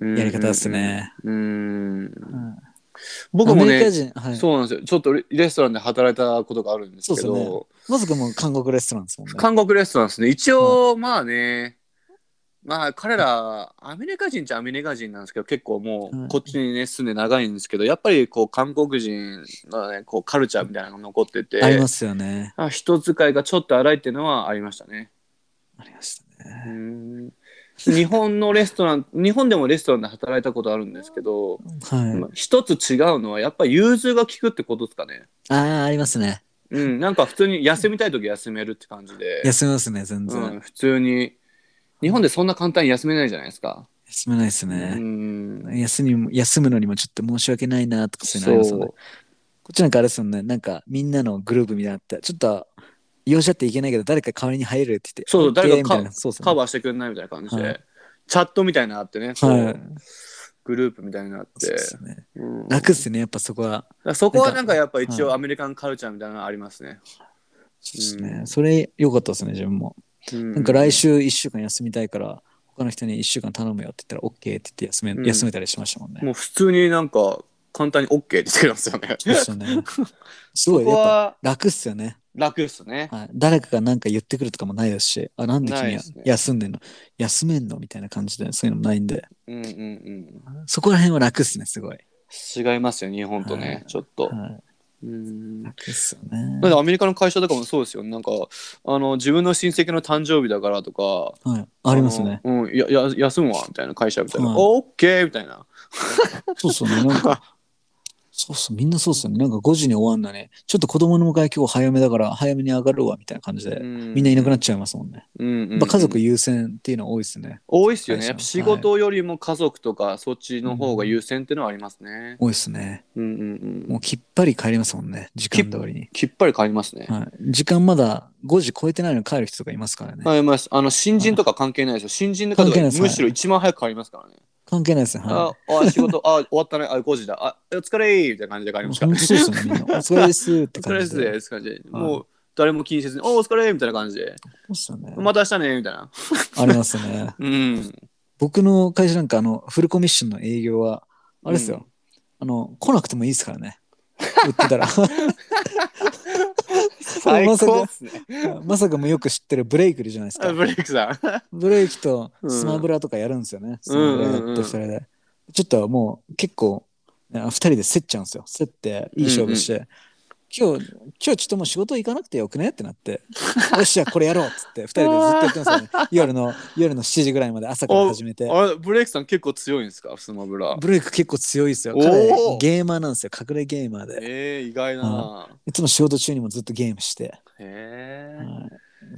Speaker 3: やり方っすね。
Speaker 2: うん
Speaker 3: うん
Speaker 2: 僕
Speaker 3: ア
Speaker 2: も
Speaker 3: メ
Speaker 2: ね
Speaker 3: リカ人、はい。
Speaker 2: そうなんですよ。ちょっとレレストランで働いたことがあるんですけ
Speaker 3: そう
Speaker 2: ど、
Speaker 3: ですよまずくも韓国レストランですもんね。
Speaker 2: 韓国レストランですね。一応、まあね、まあ彼ら、アメリカ人っちゃアメリカ人なんですけど、結構も
Speaker 3: は
Speaker 2: う
Speaker 3: い
Speaker 2: こっちにね、住んで長いんですけど、やっぱりこう韓国人のね、こうカルチャーみたいなのが残ってて、
Speaker 3: ありますよね。
Speaker 2: あ人使いがちょっと荒いっていうのはありましたね。
Speaker 3: ありました
Speaker 2: う
Speaker 3: ね。
Speaker 2: ん日本のレストラン日本でもレストランで働いたことあるんですけど、
Speaker 3: は
Speaker 2: まあ一つ違うのはやっぱり融通が利くってことですかね
Speaker 3: い。ああ、ありますね。
Speaker 2: うんなんか普通に休みたい時休めるって感じで、
Speaker 3: 休めますね、全然。
Speaker 2: うん、普通に日本でそんな簡単に休めないじゃないですか、
Speaker 3: 休めないです
Speaker 2: う
Speaker 3: ね。
Speaker 2: ん
Speaker 3: 休みも休むのにもちょっと申し訳ないなとかそういうのありますよね。
Speaker 2: そ
Speaker 3: こっちなんかあれですもんね、なんかみんなのグループみたいになって、ちょっと容赦っていけないけど、誰か代わりに入るって言って、
Speaker 2: そうそう
Speaker 3: OK
Speaker 2: 誰か
Speaker 3: みたいなそう
Speaker 2: う
Speaker 3: そう
Speaker 2: カバーしてくれないみたいな感じで、
Speaker 3: はい
Speaker 2: チャットみたいなのあってね、こう
Speaker 3: はい
Speaker 2: グループみたいになっ
Speaker 3: そう
Speaker 2: て
Speaker 3: っすね
Speaker 2: うん
Speaker 3: 楽っすね、やっぱそこは。
Speaker 2: だからそこはなんかやっぱ一
Speaker 3: は
Speaker 2: 応
Speaker 3: い
Speaker 2: アメリカンカルチャーみたいなのありますね。
Speaker 3: そうですね。それ良かったですね、自分も。
Speaker 2: な
Speaker 3: なんか来週1週間休みたいから、他の人に1週間頼むよって言ったら OK って言って休め,、
Speaker 2: うん
Speaker 3: 休めたりしましたもんね。
Speaker 2: もう普通になんか簡単に OK って言ってくれますよね。
Speaker 3: そうですよね。すご
Speaker 2: こ
Speaker 3: い、
Speaker 2: こ
Speaker 3: やっぱ
Speaker 2: は
Speaker 3: 楽っすよね、
Speaker 2: 楽っすね。
Speaker 3: はい。誰かが何か言ってくるとかもないですし、あ、なんで
Speaker 2: ない
Speaker 3: 君
Speaker 2: で
Speaker 3: は
Speaker 2: すね
Speaker 3: 休んでんの、休めんのみたいな感じで、そういうのもないんで、
Speaker 2: うんうんうん。
Speaker 3: そこら辺は楽っすね、すごい。
Speaker 2: 違いますよ、日本とね、
Speaker 3: はい
Speaker 2: ちょっと。
Speaker 3: は
Speaker 2: う
Speaker 3: い、
Speaker 2: ん。だ
Speaker 3: 楽っすよね。
Speaker 2: ってアメリカの会社とかもそうですよ。なんか、あの、自分の親戚の誕生日だからとか、
Speaker 3: はい、ありますね。
Speaker 2: の。うん、やや休むわ、みたいな会社みたいな。
Speaker 3: はい
Speaker 2: オッ OK! みたいな。
Speaker 3: そうっすよね。なんか、 そうっす、みんなそうっすよね。なんか5時に終わんなね、ちょっと子供の迎え今日早めだから、早めに上がるわ、みたいな感じで、み
Speaker 2: み
Speaker 3: んないなくなっ
Speaker 2: ち
Speaker 3: ちゃいますもんね。
Speaker 2: ゃうんうんう
Speaker 3: や
Speaker 2: ん
Speaker 3: っぱ家族優先っていうのは多いですね。
Speaker 2: 多いっすよね。
Speaker 3: 会社
Speaker 2: やっぱ仕事よりも家族とか、そっちの方が優先っていうのはありますね。
Speaker 3: 多いですね。
Speaker 2: うんうんう
Speaker 3: も
Speaker 2: ん
Speaker 3: う。きっぱり帰りますもんね。時間通りに。
Speaker 2: きっぱり帰りますね。
Speaker 3: はい、時間まだ5時超えてないのに帰る人とかいますからね。
Speaker 2: あります。あの、新人とか関係ないですよ。新人の方
Speaker 3: 関係
Speaker 2: が
Speaker 3: ないです
Speaker 2: むしろ一番早く帰りますからね。
Speaker 3: 関係ないですね。
Speaker 2: あ
Speaker 3: は、
Speaker 2: あ、仕事、あ、終わったね。あ、5時だ。あ、お疲れーみたいな感じで帰
Speaker 3: い。
Speaker 2: り
Speaker 3: もう
Speaker 2: ます
Speaker 3: 本
Speaker 2: から
Speaker 3: 当
Speaker 2: ね。
Speaker 3: そうですね。みんな。お疲れですっ
Speaker 2: お
Speaker 3: て
Speaker 2: 疲れ
Speaker 3: 感
Speaker 2: で
Speaker 3: じ
Speaker 2: す
Speaker 3: で。
Speaker 2: ね。感じで。もう、誰も気にせずに、お、お疲れーみたいな感じで。
Speaker 3: そうっすよね。
Speaker 2: また明日ねみたいな。
Speaker 3: ありますね。
Speaker 2: うん。
Speaker 3: 僕の会社なんかあの、フルコミッションの営業は、あれですよ。あの、来なくてもいいですからね。売っ てたら。
Speaker 2: 最高っすね。
Speaker 3: まさかもよく知ってるブレイクいるじゃないですか
Speaker 2: あ。ブレイクさん。
Speaker 3: ブレーキと
Speaker 2: うん
Speaker 3: スマブラとかやるんですよね。スマブラやって二人で。ちょっともう結構、ね二人で競っちゃうんですよ。競って、いい勝負して。今日、今日ちょっともう仕事行かなくてよくねってなって、 よっしゃ、これやろうっつって、二人でずっとやってますよね。夜の、夜の7時ぐらいまで朝から始めて。
Speaker 2: あれ、ブレイクさん結構強いんですかスマブラ。
Speaker 3: ブレイク結構強いですよ。
Speaker 2: おー
Speaker 3: 彼ゲーマーなんですよ。隠れゲーマーで。
Speaker 2: えー、意外だな。
Speaker 3: いつも仕事中にもずっとゲームして。
Speaker 2: へ
Speaker 3: はい
Speaker 2: ー。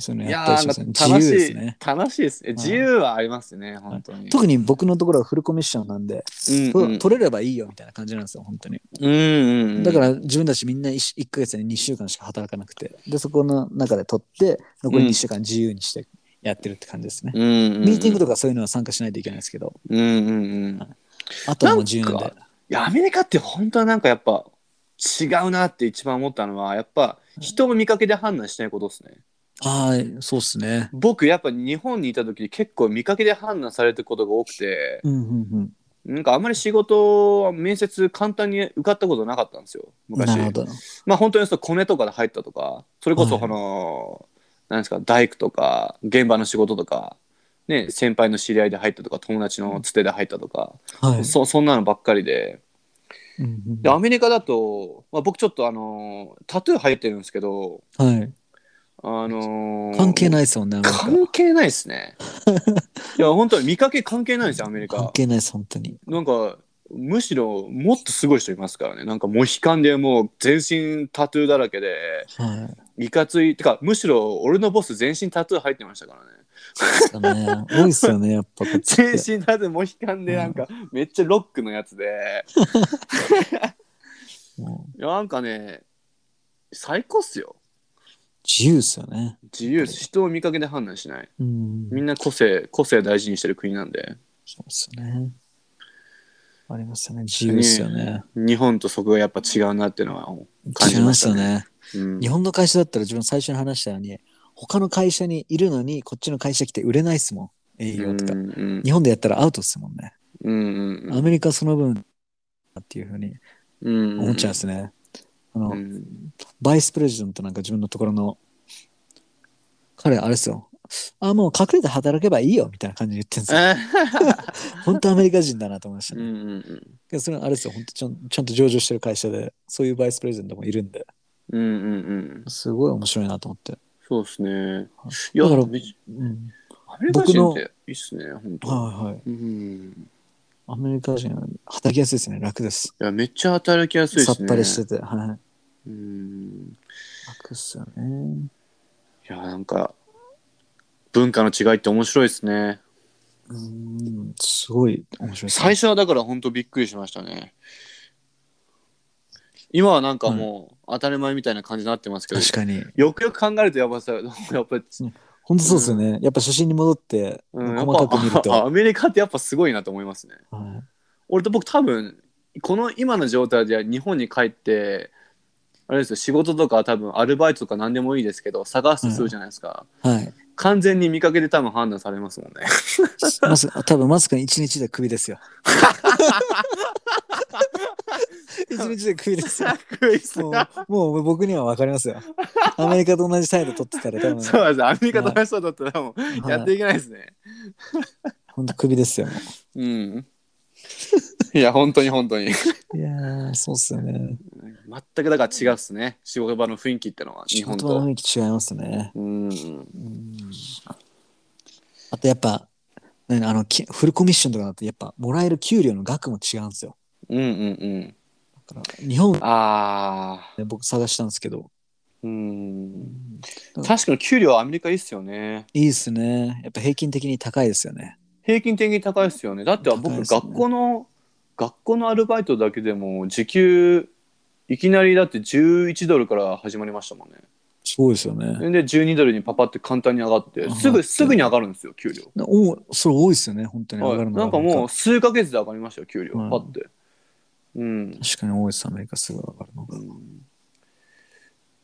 Speaker 3: そういうの
Speaker 2: い
Speaker 3: や
Speaker 2: や
Speaker 3: ったりし
Speaker 2: ー
Speaker 3: ま
Speaker 2: な
Speaker 3: すね
Speaker 2: ん。か
Speaker 3: 自
Speaker 2: 楽
Speaker 3: 由
Speaker 2: し
Speaker 3: です
Speaker 2: い、
Speaker 3: ね。
Speaker 2: 楽しいですね。自由はありますね、本当に。
Speaker 3: 特に僕のところはフルコミッションなんで、
Speaker 2: に
Speaker 3: と取れればいいよみたいな感じなんですよ、本当に。
Speaker 2: うんうんうん、
Speaker 3: だから自分たちみんな 1, ヶ月に2週間しか働かなくて、で、そこの中で取って、残り2週間自由にしてやってるって感じですね。
Speaker 2: うんうんうん、
Speaker 3: ミーティングと
Speaker 2: か、
Speaker 3: かそういうのは参加しないといけないですけど、
Speaker 2: うんうんうん、い
Speaker 3: あとはもう自由
Speaker 2: な
Speaker 3: で
Speaker 2: ん。やアメリカって本当はなんかやっぱ違うなって一番思ったのはやっぱ人を見かけで判断しないことですね。
Speaker 3: はい、そうっすね。
Speaker 2: 僕やっぱ日本にいた時に結構見かけで判断されてることが多くて
Speaker 3: うんうん
Speaker 2: なんかあんまり仕事は面接簡単に受かったことなかったんですよ
Speaker 3: うん。
Speaker 2: 昔
Speaker 3: なる。ほど。
Speaker 2: まあ本当にそうコネとかで入ったとかそれこそ
Speaker 3: はい
Speaker 2: あの、なんですか大工とか現場の仕事とか、ね、先輩の知り合いで入ったとか友達のつてで入ったとか、
Speaker 3: はい。
Speaker 2: そそんなのばっかりで
Speaker 3: うんうん
Speaker 2: でアメリカだと、まあ、僕ちょっとあのータトゥー入ってるんですけど、
Speaker 3: はい。
Speaker 2: あのー
Speaker 3: 関係ないですもんね、アメリカ
Speaker 2: 関係ないです ねいや本当に見かけ関係ないんですよアメリ
Speaker 3: 関
Speaker 2: カ
Speaker 3: 係ないです、本当に。
Speaker 2: なんかむしろもっとすごい人いますからねなんかモヒカンでもう全身タトゥーだらけで
Speaker 3: はい
Speaker 2: かついてかむしろ俺のボス全身タトゥー入ってました からね
Speaker 3: い。そうだね。多いっすよね、やっぱこっちっ
Speaker 2: 全
Speaker 3: て。
Speaker 2: 身タトゥーモヒカンでなんかめっちゃロックのやつで
Speaker 3: もう
Speaker 2: いやなんかね最高っすよ
Speaker 3: 自由っすよね。
Speaker 2: 自由です人を見かけで判断しない
Speaker 3: うん。
Speaker 2: みんな個性個性大事にしてる国なんで
Speaker 3: そうっすよね。ありますよね。自由ですよね。
Speaker 2: 日本とそこがやっぱ違うなっていうのは、感
Speaker 3: 違
Speaker 2: じ
Speaker 3: い
Speaker 2: ま
Speaker 3: ま
Speaker 2: し
Speaker 3: す
Speaker 2: た
Speaker 3: よ
Speaker 2: ね
Speaker 3: ね。
Speaker 2: うん
Speaker 3: 日本の会社だったら自分最初に話したように、他の会社にいるのに、こっちの会社来て売れないっすもん。営業とか。
Speaker 2: うんうん
Speaker 3: 日本でやったらアウトっすもんね。
Speaker 2: うんうん
Speaker 3: アメリカはその分、っていうふうに
Speaker 2: うんうん
Speaker 3: 思っちゃうんですね。あの、
Speaker 2: うん
Speaker 3: バイスプレジデントなんか自分のところの、彼あれですよ。あ、もう隠れて働けばいいよ、みたいな感じで言ってん ですよ。本当アメリカ人だなと思いました
Speaker 2: うんう
Speaker 3: ね。
Speaker 2: ん
Speaker 3: けどそれはあれですよ、本当ちゃんちゃんと上場してる会社で、そういうバイスプレゼントもいるんで、
Speaker 2: うんうんうん
Speaker 3: すごい面白いなと思って。
Speaker 2: そうですね。い
Speaker 3: だ
Speaker 2: や、
Speaker 3: から
Speaker 2: めっち
Speaker 3: うん、
Speaker 2: ゃアメリカ人っていっすね、本当。
Speaker 3: はいはい。
Speaker 2: うん。
Speaker 3: アメリカ人は働きやすいですね。楽です。
Speaker 2: いや、めっちゃ働きやすいです
Speaker 3: さ
Speaker 2: ね。
Speaker 3: っぱりしてて。はい。
Speaker 2: うん。
Speaker 3: 楽っすよね。
Speaker 2: いや、なんか、文化の違いって面白いですね。
Speaker 3: うん、すごい面白いですね
Speaker 2: 最初はだから本当びっくりしましたね。今はなんかもう当たり前みたいな感じになってますけど、
Speaker 3: 確かに。
Speaker 2: よくよく考えるとやばさ、やっぱり、
Speaker 3: 本当そうですよね。やっぱ初心に戻って、
Speaker 2: うん、やっ
Speaker 3: 細かく見ると。
Speaker 2: ぱ アメリカってやっぱすごいなと思いますね。
Speaker 3: はい
Speaker 2: 俺と僕多分この今の状態で日本に帰ってあれですよ仕事とか多分アルバイトとか何でもいいですけど探すとするじゃないですか、
Speaker 3: はい。
Speaker 2: 完全に見かけで多分判断されますもんね
Speaker 3: マス多分マスクに一日でクビで すよ。一日でクビですよ。
Speaker 2: クイズ
Speaker 3: も
Speaker 2: が
Speaker 3: うもう僕には分かりますよ。アメリカと同じ態度取ってたら多 分、
Speaker 2: そうなんですアメリカと同じそうだったらもうやっていけないですね、
Speaker 3: 本当クビですよ。
Speaker 2: うん いや本当に本当に
Speaker 3: いやー、そうっすよね。
Speaker 2: 全くだから違うっすね仕事場の雰囲気ってのは日
Speaker 3: 仕
Speaker 2: 本
Speaker 3: 事場の
Speaker 2: と
Speaker 3: 雰囲気違いますね。
Speaker 2: うん
Speaker 3: うんあとやっぱ、ね、あのきフルコミッションとかだとやっぱもらえる給料の額も違うんですよ。
Speaker 2: うんうんうん
Speaker 3: だから日本で
Speaker 2: ああ
Speaker 3: 僕探したんですけど、
Speaker 2: うん確かに給料はアメリカいいっすよね
Speaker 3: いいっすね。やっぱ平均的に高いですよね。
Speaker 2: 平均的に高いですよねだって
Speaker 3: 高い
Speaker 2: 僕、
Speaker 3: ですね
Speaker 2: 学校の学校のアルバイトだけでも時給いきなりだって11ドルから始まりましたもんね
Speaker 3: そうですよね。
Speaker 2: で12ドルにパパって簡単に上がってすぐすぐに上がるんですよ給料
Speaker 3: おそれ多いですよね、本当に上が
Speaker 2: は
Speaker 3: る
Speaker 2: い、
Speaker 3: の
Speaker 2: なんかもう数ヶ月で上がりましたよ給料、
Speaker 3: うん
Speaker 2: パッてうん
Speaker 3: 確かに多いです、アメリカすぐ上がるのが。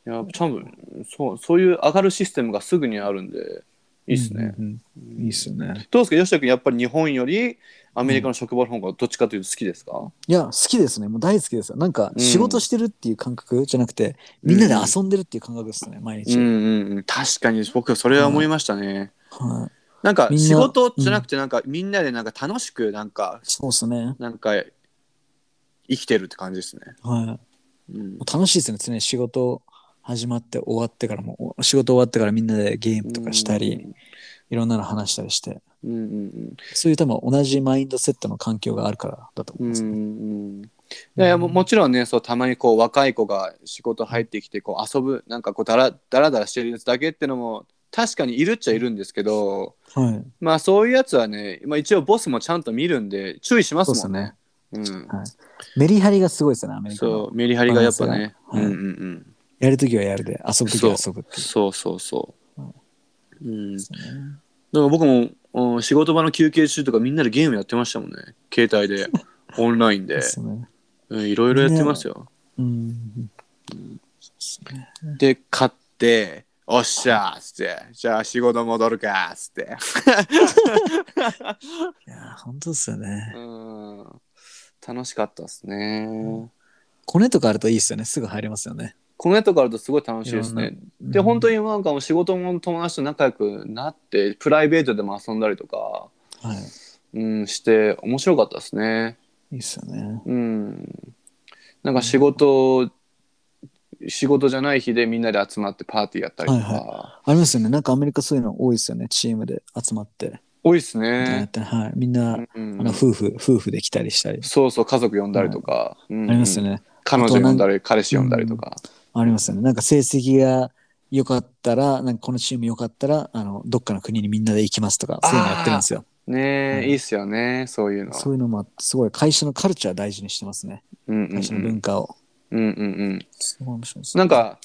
Speaker 2: いや多分そうそういう上がるシステムがすぐにあるんでいいっすね、
Speaker 3: うんうんいいっすよね。
Speaker 2: どうですか吉田君やっぱり日本よりアメリカの職場の方がどっちかというと好きですか、
Speaker 3: いや、好きですね。もう大好きですよ。なんか
Speaker 2: うん
Speaker 3: 仕事してるっていう感覚じゃなくて、みんなで遊んでるっていう感覚ですね、毎
Speaker 2: う
Speaker 3: 日。
Speaker 2: んうんうん、確かに僕はそれは思いましたね。
Speaker 3: はい。
Speaker 2: なんか
Speaker 3: みんな
Speaker 2: 仕事じゃなくてなんかみんなでなんか楽しくなんか
Speaker 3: そうですね。
Speaker 2: なんか生きてるって感じですね。
Speaker 3: はい。も
Speaker 2: うん
Speaker 3: う楽しいですね、常に仕事始まって終わってからも、お仕事終わってからみんなでゲームとかしたり、いろんなの話したりして、
Speaker 2: うんうん
Speaker 3: そういう多分同じマインドセットの環境があるからだと
Speaker 2: うん
Speaker 3: 思いま
Speaker 2: う
Speaker 3: す。
Speaker 2: んうんいやいやももちろんねそうたまにこう若い子が仕事入ってきてこう遊ぶなんかこうだらだらだらしてるやつだけってのも確かにいるっちゃいるんですけど
Speaker 3: はい。
Speaker 2: まあそういうやつはね、まあ、一応ボスもちゃんと見るんで注意します
Speaker 3: そう
Speaker 2: もん
Speaker 3: ですね。
Speaker 2: うん
Speaker 3: メリハリがすごいですよね、アメリカ
Speaker 2: そ
Speaker 3: の。
Speaker 2: うメリハリがやっぱね、
Speaker 3: バランスがはい
Speaker 2: うんうんうん
Speaker 3: やるときはやるで、遊ぶときは遊ぶってい
Speaker 2: そうそうそう。うん、だ
Speaker 3: うですよね。
Speaker 2: から僕も、うん仕事場の休憩中とかみんなでゲームやってましたもんね。携帯 で、オンライン
Speaker 3: で
Speaker 2: で、
Speaker 3: すよね。
Speaker 2: うんいろいろやってますよ。
Speaker 3: うん。そうですね
Speaker 2: で、買って、おっしゃーっつって、じゃあ仕事戻るかっつって。
Speaker 3: いやー、本当ですよね。
Speaker 2: うん、楽しかったですね。
Speaker 3: コネとかあるといいですよね。すぐ入れますよね。
Speaker 2: このやつとかあるとすごい楽しいです
Speaker 3: いろ
Speaker 2: ね。
Speaker 3: うん
Speaker 2: で、本当になんかもう仕事も友達と仲良くなって、プライベートでも遊んだりとか、
Speaker 3: はい。
Speaker 2: うん、して面白かったですね。
Speaker 3: いいですよね。
Speaker 2: うん、なんか仕事、仕事じゃない日でみんなで集まってパーティーやったりとか、
Speaker 3: はいありますよね。なんかアメリカそういうの多いですよね。チームで集まって。
Speaker 2: 多いです
Speaker 3: やっ
Speaker 2: ね、
Speaker 3: てはい。みんな、あ
Speaker 2: うん
Speaker 3: の夫婦、夫婦で来たりしたり。
Speaker 2: そうそう家族呼んだりとか、うん
Speaker 3: ありますよね。
Speaker 2: 彼女呼んだり彼氏呼んだりとか、
Speaker 3: ありますよね。なんか成績が良かったら、なんかこのチーム良かったら、あの、どっかの国にみんなで行きますとか、そういうのやってるんですよ。
Speaker 2: ねえ、
Speaker 3: うん
Speaker 2: いいっすよねそういうの
Speaker 3: そういうのもあってすごい会社のカルチャー大事にしてますね。
Speaker 2: うんうんう
Speaker 3: 会社の文
Speaker 2: ん
Speaker 3: 化を。
Speaker 2: うんうんうん
Speaker 3: すごい面白いですね
Speaker 2: なん、か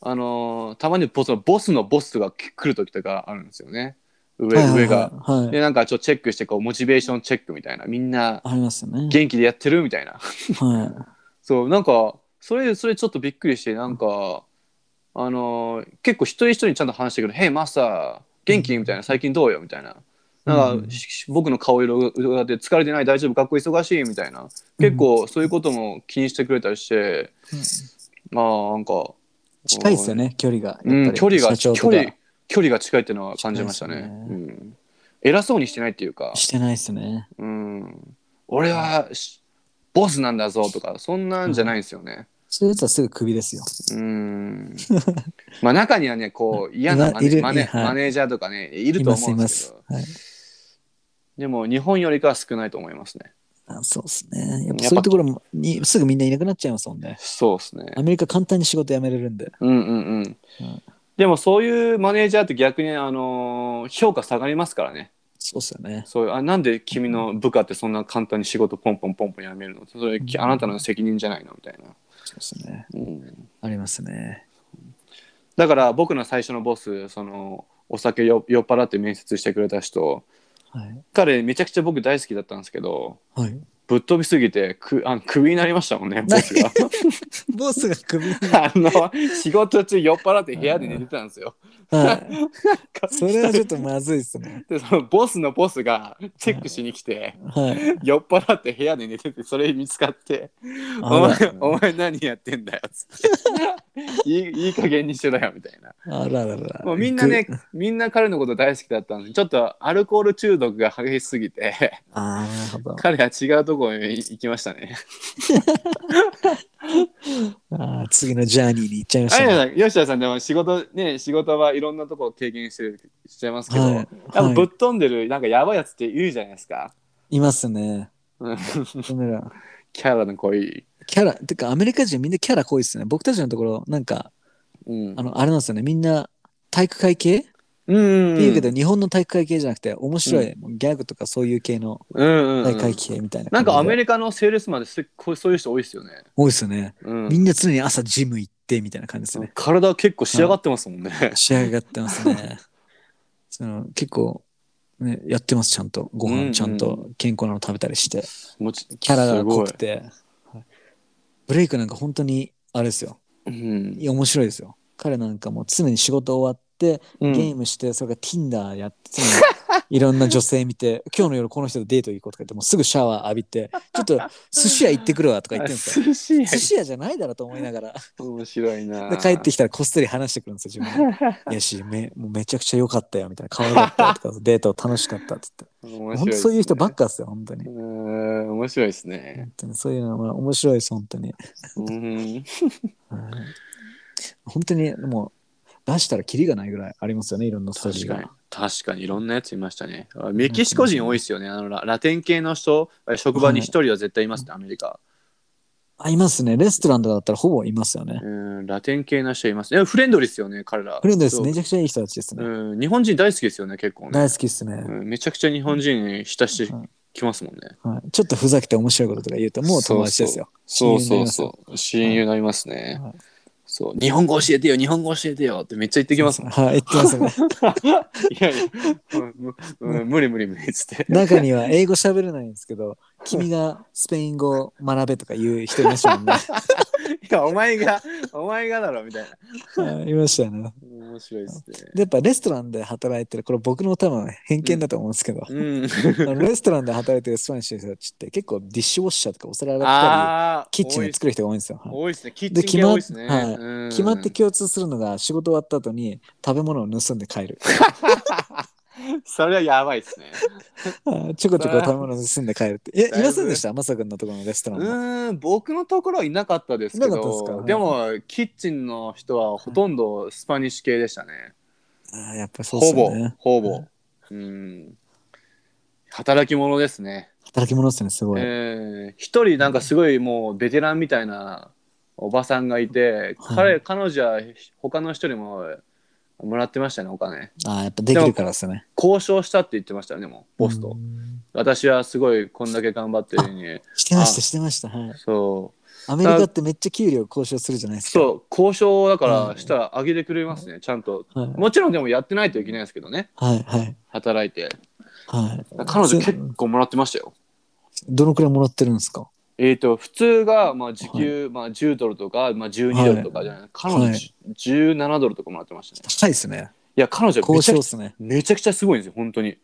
Speaker 2: あのーたまにボスのボスのボスが来る時とかあるんですよね上,、
Speaker 3: はいはいはい
Speaker 2: 上が。
Speaker 3: はい
Speaker 2: でなんかちょっとチェックしてこうモチベーションチェックみたいなみんな
Speaker 3: ありますよね。
Speaker 2: 元気でやってるみたいな
Speaker 3: は
Speaker 2: そうなんかそれそれちょっとびっくりしてなんかあのー結構一人一人にちゃんと話してくる「Hey マスター元気?」みたいな「最近どうよ?」みたいな。なんか、
Speaker 3: うん
Speaker 2: し僕の顔色がで疲れてない大丈夫学校忙しいみたいな結構そういうことも気にしてくれたりして、
Speaker 3: い。
Speaker 2: まあなんか
Speaker 3: 近いですよね、距離が。
Speaker 2: う
Speaker 3: やっぱ
Speaker 2: ん、
Speaker 3: り
Speaker 2: 距離が
Speaker 3: 社長
Speaker 2: 距
Speaker 3: と
Speaker 2: 離
Speaker 3: か
Speaker 2: 距離が近いっていうのは感じましたね
Speaker 3: 近
Speaker 2: うん、偉そうにしてないっていうか、
Speaker 3: してないですね。
Speaker 2: うん、俺はしボスなんだぞとかそんなんじゃないんですよね、
Speaker 3: そういうやつはすぐクビですよ。
Speaker 2: うーんまあ中にはねこう嫌なマ
Speaker 3: い
Speaker 2: ネ
Speaker 3: る
Speaker 2: マネ
Speaker 3: はい
Speaker 2: マネージャーとかねいる
Speaker 3: い
Speaker 2: と思
Speaker 3: ます、
Speaker 2: う
Speaker 3: い
Speaker 2: んで
Speaker 3: ますす
Speaker 2: けど。
Speaker 3: はい
Speaker 2: でも日本よりかは少ないと思いますね。
Speaker 3: あそうですね。やっぱそういうところもにすぐみんないなくなっちゃいますもんね。
Speaker 2: そうですね
Speaker 3: ア。メリカ簡単に仕事辞めれるんで。
Speaker 2: うんうんうん。でもそういうマネージャーって逆に、あのー評価下がりますからね。
Speaker 3: そうっすよね。
Speaker 2: そういうあなんで君の部下ってそんな簡単に仕事ポンポンポンポン辞めるのそれきあなたの責任じゃないのみたいな、
Speaker 3: そうっすね。
Speaker 2: うん、
Speaker 3: ありますね。
Speaker 2: だから僕の最初のボスそのお酒よ酔っ払って面接してくれた人
Speaker 3: はい。
Speaker 2: 彼めちゃくちゃ僕大好きだったんですけど
Speaker 3: はい。
Speaker 2: ぶっ飛びすぎてくあクビになりました もんねボスが
Speaker 3: ボスが首に。
Speaker 2: あの仕事中酔っ払って部屋で寝てたんですよ
Speaker 3: はい。
Speaker 2: か
Speaker 3: それはちょっとまずいっすね。
Speaker 2: でそのボスのボスがチェックしに来て
Speaker 3: はい。
Speaker 2: 酔っ払って部屋で寝ててそれ見つかってお
Speaker 3: あ
Speaker 2: 前お前何やってんだよっつって いいいい加減にしろよみたいな
Speaker 3: らあららら。
Speaker 2: もうみんなねみんな彼のこと大好きだったんでちょっとアルコール中毒が激しすぎて
Speaker 3: ああ、なるほど。
Speaker 2: 彼は違うところに行きましたね
Speaker 3: ああ、次のジャーニーに行っちゃいま
Speaker 2: あ
Speaker 3: した
Speaker 2: や
Speaker 3: ね。
Speaker 2: さん吉田さんでも仕事ね仕事はいろんなところ経験してるしちゃいますけど、
Speaker 3: はい
Speaker 2: やっぱ
Speaker 3: はい
Speaker 2: ぶっ飛んでるなんかやばいやつって言うじゃないですか
Speaker 3: いますね。
Speaker 2: うん
Speaker 3: カメラ
Speaker 2: キャラの濃い、
Speaker 3: キャラ、てかアメリカ人みんなキャラ濃いっすね。僕たちのところ、なんか、
Speaker 2: うん
Speaker 3: あの、あれなんですよね。みんな体育会系、
Speaker 2: うんうん
Speaker 3: っていうけど、日本の体育会系じゃなくて、面白い、ギャグとかそういう系の
Speaker 2: うんうんう
Speaker 3: 体育会
Speaker 2: ん
Speaker 3: 系みたいな
Speaker 2: なんかアメ
Speaker 3: リカ
Speaker 2: リカのセールスマンですっごいそういう人多いですよね、
Speaker 3: 多いっすよね。
Speaker 2: うん、
Speaker 3: みんな常に朝ジム行ってみたいな感じですね。
Speaker 2: 体結構仕上がってますもんね。
Speaker 3: 仕上がってま すね。その結構、ね、やってます、ちゃんと。ご
Speaker 2: うんうん
Speaker 3: 飯ちゃんと健康なの食べたりして。
Speaker 2: もち
Speaker 3: キャラが
Speaker 2: すご
Speaker 3: 濃
Speaker 2: い
Speaker 3: くて。はいブレイクなんか本当に、あれですよ。
Speaker 2: うん
Speaker 3: いや面白いですよ。彼なんかもう常に仕事終わって、
Speaker 2: うん
Speaker 3: ゲームして、それから Tinder やって、常にいろんな女性見て、 今日の夜この人とデート行こうとか言って、もうすぐシャワー浴 びて、ちょっと寿司屋行ってくるわとか言ってるんですよ。
Speaker 2: 寿司屋
Speaker 3: 寿司屋じゃないだろと思いなが ら、
Speaker 2: 面白いな。
Speaker 3: で帰ってきたらこっそり話してくるんですよ、自分で。いやし、めもうめちゃくちゃ良かったよ、みたいな。可愛かったとか、デート楽しかったって言って。
Speaker 2: 面
Speaker 3: 本
Speaker 2: 白
Speaker 3: 当
Speaker 2: い
Speaker 3: そういう人ばっ
Speaker 2: か。
Speaker 3: かですよ、本当
Speaker 2: う
Speaker 3: に。
Speaker 2: ん面白いですね
Speaker 3: 本。当にそういうのは面白いです、本当に。
Speaker 2: うん
Speaker 3: はい本当にもう出したらキリがないぐらいありますよねいろんなストーリ
Speaker 2: 確
Speaker 3: ー
Speaker 2: かに
Speaker 3: が。
Speaker 2: 確かにいろんなやついましたね。あメキシコ人多いですよね。あのララテン系の人、職場に一人は絶対いますね、アメリカ。
Speaker 3: あいますねレストランとかだったらほぼいますよね。
Speaker 2: うん、ラテン系の人いますね。えフレンドリーですよね、彼ら。
Speaker 3: フレンドです
Speaker 2: そう
Speaker 3: めちゃくちゃいい人たちですね。
Speaker 2: うん、日本人大好きですよね、結構ね
Speaker 3: 大。好きですね、
Speaker 2: うんめちゃくちゃ日本人に親してきますもんね。
Speaker 3: はい。ちょっとふざけて面白いこととか言うともう友達ですよ。
Speaker 2: そう
Speaker 3: 親友に
Speaker 2: そう
Speaker 3: なりますよ
Speaker 2: そう。親友になりますね。
Speaker 3: はい
Speaker 2: そう。日本語教えてよ、日本語教えてよってめっちゃ言ってきますもん。
Speaker 3: はい言ってますね。
Speaker 2: いやいや、うんうんうん無理無理無理っつって。
Speaker 3: 中には英語喋れないんですけど君がスペイン語学べとか言う人いましたもんね。
Speaker 2: いや、お前が、お前がだろみたいな。
Speaker 3: はいいましたよね。
Speaker 2: 面白いっすね。
Speaker 3: でやっぱレストランで働いてるこれ僕の多分偏見だと思うんですけど、
Speaker 2: うん。
Speaker 3: あのレストランで働いてるスパニッシュの人たちって結構ディッシュウォッシャーとかお皿洗ったり。
Speaker 2: ああ、
Speaker 3: キッチンで作る人が多いんですよ。はい
Speaker 2: 多いっすね。キッ
Speaker 3: で
Speaker 2: チン系多いっすね。
Speaker 3: 決まっ
Speaker 2: うん
Speaker 3: 決まって共通するのが仕事終わった後に食べ物を盗んで帰る。
Speaker 2: それはやばいっすね。
Speaker 3: はいちょこちょこ食べ物を盗んで帰るって。
Speaker 2: だ
Speaker 3: え
Speaker 2: い、ぶ
Speaker 3: いませんでしたまさくんのところのレスト ラ
Speaker 2: う
Speaker 3: ンも。
Speaker 2: ーん、僕のところはいなかったですけ
Speaker 3: いなかったですか
Speaker 2: ど、
Speaker 3: はい
Speaker 2: でも、キッチンの人はほとんどスパニッシュ系でしたね。
Speaker 3: ああやっぱそうで
Speaker 2: ほ
Speaker 3: すよ
Speaker 2: ぼ
Speaker 3: ね。、
Speaker 2: ほ
Speaker 3: は
Speaker 2: ぼ。うん。働き者ですね。
Speaker 3: 働き者ですね、すごい。
Speaker 2: えー一人なんかすごいもうベテランみたいなおばさんがいて、
Speaker 3: はい
Speaker 2: 彼、彼女は他の人にももらってましたね、お金。
Speaker 3: ああやっぱできるからですね。
Speaker 2: 交渉したって言ってましたね、でも、ボス
Speaker 3: う
Speaker 2: と。
Speaker 3: ん
Speaker 2: 私はすごいこんだけ頑張ってるのに、
Speaker 3: してまし
Speaker 2: あ
Speaker 3: た、してました。はい。
Speaker 2: そう。
Speaker 3: アメリカってめっちゃ給料交渉するじゃないですか。
Speaker 2: そう、交渉だからしたら上げてくれますね、ちゃんと。
Speaker 3: はい。
Speaker 2: もちろんでもやってないといけないですけどね、
Speaker 3: はい、はい。
Speaker 2: 働いて。
Speaker 3: はい。
Speaker 2: 彼女結
Speaker 3: せ
Speaker 2: 構もらってましたよ。
Speaker 3: どのくらいもらってるんですか
Speaker 2: えー、と普通がまあ時給、まあ、10ドルとか、まあ、12ドルとかじゃない、彼女、
Speaker 3: はい
Speaker 2: 17ドルとかもらってましたね
Speaker 3: 高いですね。
Speaker 2: いや彼女め
Speaker 3: 交
Speaker 2: ちゃく
Speaker 3: 渉で
Speaker 2: ちゃ
Speaker 3: すね。
Speaker 2: めちゃくちゃすごいんですよ本当に
Speaker 3: え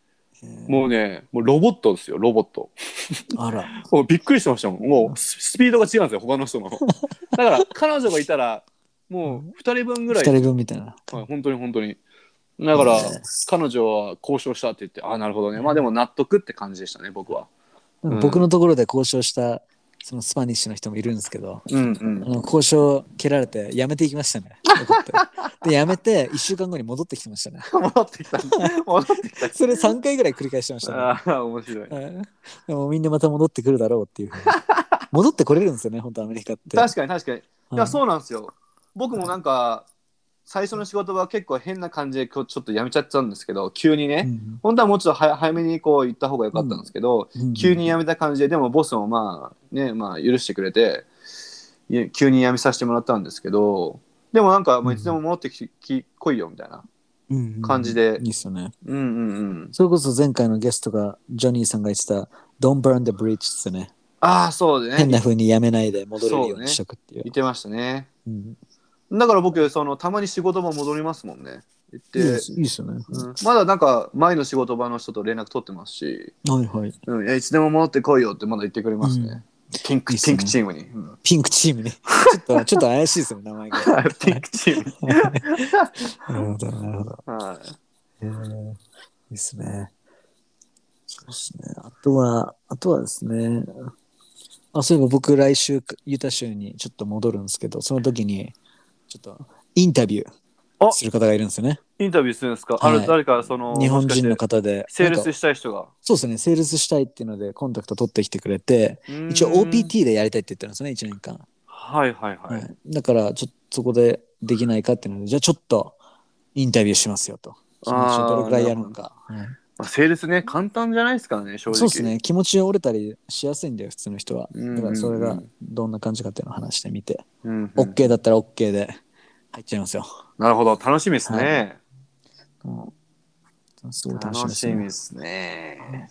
Speaker 3: ー
Speaker 2: もうねもうロボットですよロボット
Speaker 3: あら。
Speaker 2: もうびっくりしてましたもんもうススピードが違うんですよ他の人のだから彼女がいたらもう2人分ぐら
Speaker 3: 二
Speaker 2: い、
Speaker 3: 人分みたいな。
Speaker 2: はい、本当に本当にだから
Speaker 3: えー
Speaker 2: 彼女は交渉したって言ってああなるほどねまあでも納得って感じでしたね僕は
Speaker 3: なんか
Speaker 2: うん
Speaker 3: 僕のところで交渉したそのスパニッシュの人もいるんですけど、
Speaker 2: うんう
Speaker 3: あ
Speaker 2: ん
Speaker 3: の交渉蹴られてやめていきましたね。怒って。で、やめて、1週間後に戻ってきてましたね。
Speaker 2: 戻って きた。戻ってきた。
Speaker 3: それ3回ぐらい繰り返してましたね。
Speaker 2: ああ、面白い。
Speaker 3: はいでもみんなまた戻ってくるだろうっていうふう に。戻ってこれるんですよね、本当アメリカって。
Speaker 2: 確かに確かに。い
Speaker 3: は
Speaker 2: や、
Speaker 3: い
Speaker 2: そうなんですよ。僕もなんか、最初の仕事は結構変な感じで今日ちょっとやめちゃったんですけど、急にね、
Speaker 3: うん
Speaker 2: 本当はもうちょっとは早めにこう行った方が良かったんですけど、
Speaker 3: うん
Speaker 2: 急に辞めた感じででもボスもまあねまあ許してくれていや急に辞めさせてもらったんですけどでもなんかもういつでも戻ってき,、き来いよみたいな感じで
Speaker 3: うんいいっすよね。
Speaker 2: うんうんうん
Speaker 3: それこそ前回のゲストが、ジョニーさんが言ってた、Don't burn the bridge ですよね。
Speaker 2: ああそうで
Speaker 3: 変な
Speaker 2: ね
Speaker 3: 風にやめないで戻れるよ
Speaker 2: そうう
Speaker 3: に
Speaker 2: ね
Speaker 3: しとくっていう。
Speaker 2: 言ってましたね
Speaker 3: うん
Speaker 2: だから僕そのたまに仕事場戻りますもんね行っ
Speaker 3: いい
Speaker 2: て
Speaker 3: っすいいっすよね。
Speaker 2: うんまだなんか前の仕事場の人と連絡取ってますし、
Speaker 3: はいはい。
Speaker 2: うん、いやいつでも戻ってこいよってまだ言ってくれますね、
Speaker 3: うん
Speaker 2: ピンク
Speaker 3: いいっす
Speaker 2: ピ
Speaker 3: ね
Speaker 2: ンクチームに、 うん
Speaker 3: ピンクチームね。ちょっと、ちょっと怪しいですよね、名前が。
Speaker 2: ピンクチームに
Speaker 3: なるほど、なるほど。
Speaker 2: はい
Speaker 3: へーいいですね。そうですね。あとは、あとはですね。あ、そういえば僕、来週、ユタ州にちょっと戻るんですけど、その時に、ちょっと、インタビュー
Speaker 2: あ
Speaker 3: する方がいるんですよね。
Speaker 2: インタビューするんですか、
Speaker 3: はい
Speaker 2: あれ誰かその
Speaker 3: 日本人の
Speaker 2: もしかして
Speaker 3: 方で。
Speaker 2: セール
Speaker 3: なんか
Speaker 2: スしたい人が
Speaker 3: そうですね。セールスしたいっていうので、コンタクト取ってきてくれて、一応
Speaker 2: うーん
Speaker 3: OPT でやりたいって言ってるんですね、1年間。
Speaker 2: はいはいは、
Speaker 3: はいい、だから、ちょっとそこでできないかっていうので、じゃあちょっとインタビューしますよと。その人どれくらいやるのか。はい
Speaker 2: まあ、セールスね簡単じゃないですからね正直
Speaker 3: そうですね気持ちが折れたりしやすいんだよ普通の人は
Speaker 2: うんうんうん
Speaker 3: だからそれがどんな感じかっていうのを話してみて、
Speaker 2: うんうん、
Speaker 3: OK だったら OK で入っちゃいますよ、
Speaker 2: なるほど楽しみですね、
Speaker 3: うん、すごい楽しみ
Speaker 2: 楽
Speaker 3: です
Speaker 2: し
Speaker 3: ね
Speaker 2: みですね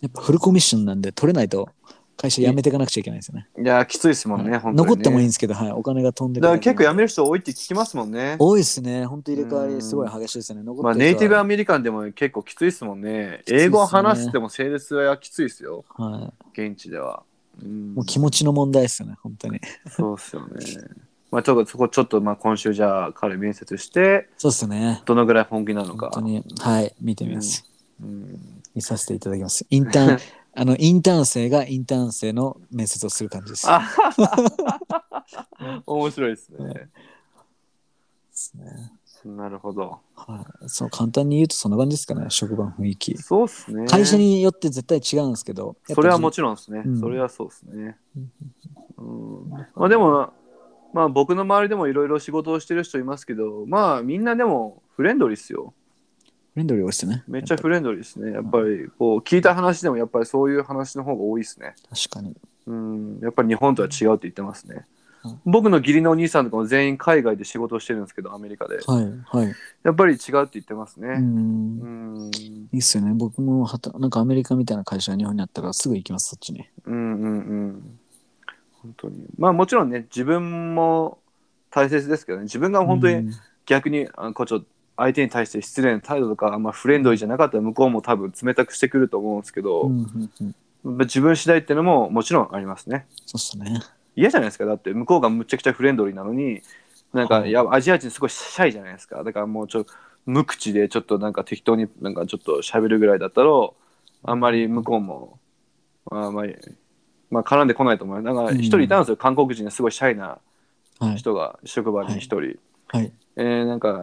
Speaker 3: やっぱフルコミッションなんで取れないと会社辞めていかなくちゃいけないですよね
Speaker 2: いやきついですもんね、
Speaker 3: はい
Speaker 2: 本当にね
Speaker 3: 残ってもいいんですけど、はい、お金が飛んで
Speaker 2: だから結構辞め
Speaker 3: る
Speaker 2: る人多いって聞きますもんね
Speaker 3: 多いですね本当入れ替わりすごい激しいですね残
Speaker 2: まあ、
Speaker 3: って
Speaker 2: ネ
Speaker 3: る
Speaker 2: イテ
Speaker 3: 人
Speaker 2: ィブア
Speaker 3: は、
Speaker 2: メリカンでも結構きついですもんね
Speaker 3: いっすね
Speaker 2: 英語を話してもセールスはきついですよ
Speaker 3: は
Speaker 2: 現地では、うん
Speaker 3: い、もう気持ちの問題ですよね本当に
Speaker 2: そうですよねまあちょっとそこちょっとまあ今週じゃあ彼面接して
Speaker 3: そうですね
Speaker 2: どのぐらい本気なの
Speaker 3: 本
Speaker 2: か
Speaker 3: 当にはい見てみます、
Speaker 2: うん
Speaker 3: 見させていただきます。イン ターン、あの、インターン生がインターン生の面接をする感じです。
Speaker 2: あ面白いですね。
Speaker 3: ですね
Speaker 2: なるほど。
Speaker 3: はい、そう簡単に言うとそんな感じですかね、職場の雰囲気。
Speaker 2: そうですね。
Speaker 3: 会社によって絶対違うんですけど、
Speaker 2: それはも
Speaker 3: ち
Speaker 2: ちろんですね。
Speaker 3: うん
Speaker 2: それはそうですね。うん、まあでも、まあ僕の周りでもいろいろ仕事をしてる人いますけど、まあみんなでもフレンドリーですよ。
Speaker 3: フレンドリーをしてね。
Speaker 2: めっちゃフ
Speaker 3: レ
Speaker 2: レンドリーですね。やっぱりこう聞いた話でもやっぱりそういう話の方が多いですね。
Speaker 3: 確かに。
Speaker 2: うん、やっぱり日本とは違うって言ってますね
Speaker 3: うん。
Speaker 2: 僕の義理のお兄さんとかも全員海外で仕事をしてるんですけど、アメリカで。
Speaker 3: はい、はい。
Speaker 2: やっぱり違うって言ってます
Speaker 3: う
Speaker 2: ね。
Speaker 3: ん。
Speaker 2: うん
Speaker 3: いいっすよね。僕もはた、なんかアメリカみたいな会社が日本にあったからすぐ行きます、そっちに。
Speaker 2: うんうんうん本当にまあもちろんね自分も大切ですけどね自分が本当
Speaker 3: う
Speaker 2: に
Speaker 3: ん
Speaker 2: 逆に、あこうちょっと相手に対して失礼な態度とかあんまフレンドリーじゃなかったら向こうも多分冷たくしてくると思うんですけ
Speaker 3: う
Speaker 2: ど、
Speaker 3: んうんうん。
Speaker 2: 自分次第ってのももちろんありますね
Speaker 3: そうっすね。
Speaker 2: 嫌じゃないですかだって向こうがむちゃくちゃフレンドリーなのになん
Speaker 3: は
Speaker 2: か
Speaker 3: い
Speaker 2: いやアジア人すごいシャイじゃないですかだからもうちょっと無口でちょっとなんか適当になんかちょっと喋るぐらいだったらあんまり向こうもあんまり、まあ、絡んでこないと思うだから
Speaker 3: うん
Speaker 2: 一人いたんですよ、韓国人ですごいシャイな
Speaker 3: はい。
Speaker 2: 人が職場に一人、
Speaker 3: はい。
Speaker 2: えーなんか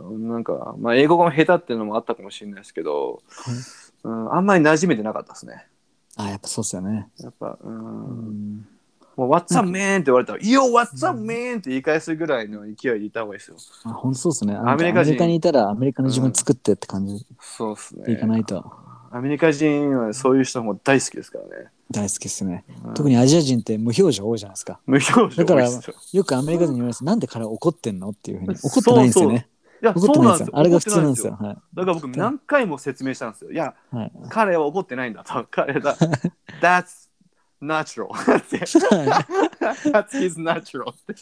Speaker 2: なんか、まあ、英語が下手っていうのもあったかもしれないですけど、
Speaker 3: はい
Speaker 2: うん、あんまり馴染めてなかったですね
Speaker 3: あ、やっぱそうっすよね。
Speaker 2: やっぱ
Speaker 3: う
Speaker 2: うん
Speaker 3: ん。
Speaker 2: もう、What's up, man? って言われたら、Yo, what's up, man? って言い返すぐらいの勢いでいた方がいいですよ。
Speaker 3: あ、ほんとそうっすね。なんか
Speaker 2: アメリカ人
Speaker 3: アメリカにいたらアメリカの自分作ってって感じ
Speaker 2: そうです
Speaker 3: でい
Speaker 2: ね
Speaker 3: か。ないと。
Speaker 2: アメリカ人はそういう人も大好きですからね。
Speaker 3: 大好きですね。
Speaker 2: うん
Speaker 3: 特にアジア人って無表情多いじゃないですか。
Speaker 2: 無表情多い
Speaker 3: だから
Speaker 2: ですよ。
Speaker 3: よくアメリカ人に言われます。なんで彼怒ってんのっていうふうに。怒ってないんですよね。
Speaker 2: いや、
Speaker 3: 怒っ
Speaker 2: そ
Speaker 3: て
Speaker 2: う
Speaker 3: ないん
Speaker 2: なん
Speaker 3: です
Speaker 2: です
Speaker 3: よ
Speaker 2: よ。。
Speaker 3: あれが普通なんです
Speaker 2: 怒
Speaker 3: よ。
Speaker 2: って
Speaker 3: は
Speaker 2: ないんですよ。だから僕何回も説明したんですよ。いや、
Speaker 3: い。はい。
Speaker 2: 彼は怒ってないんだと。彼 だ。That's natural. って。That's his natural. って。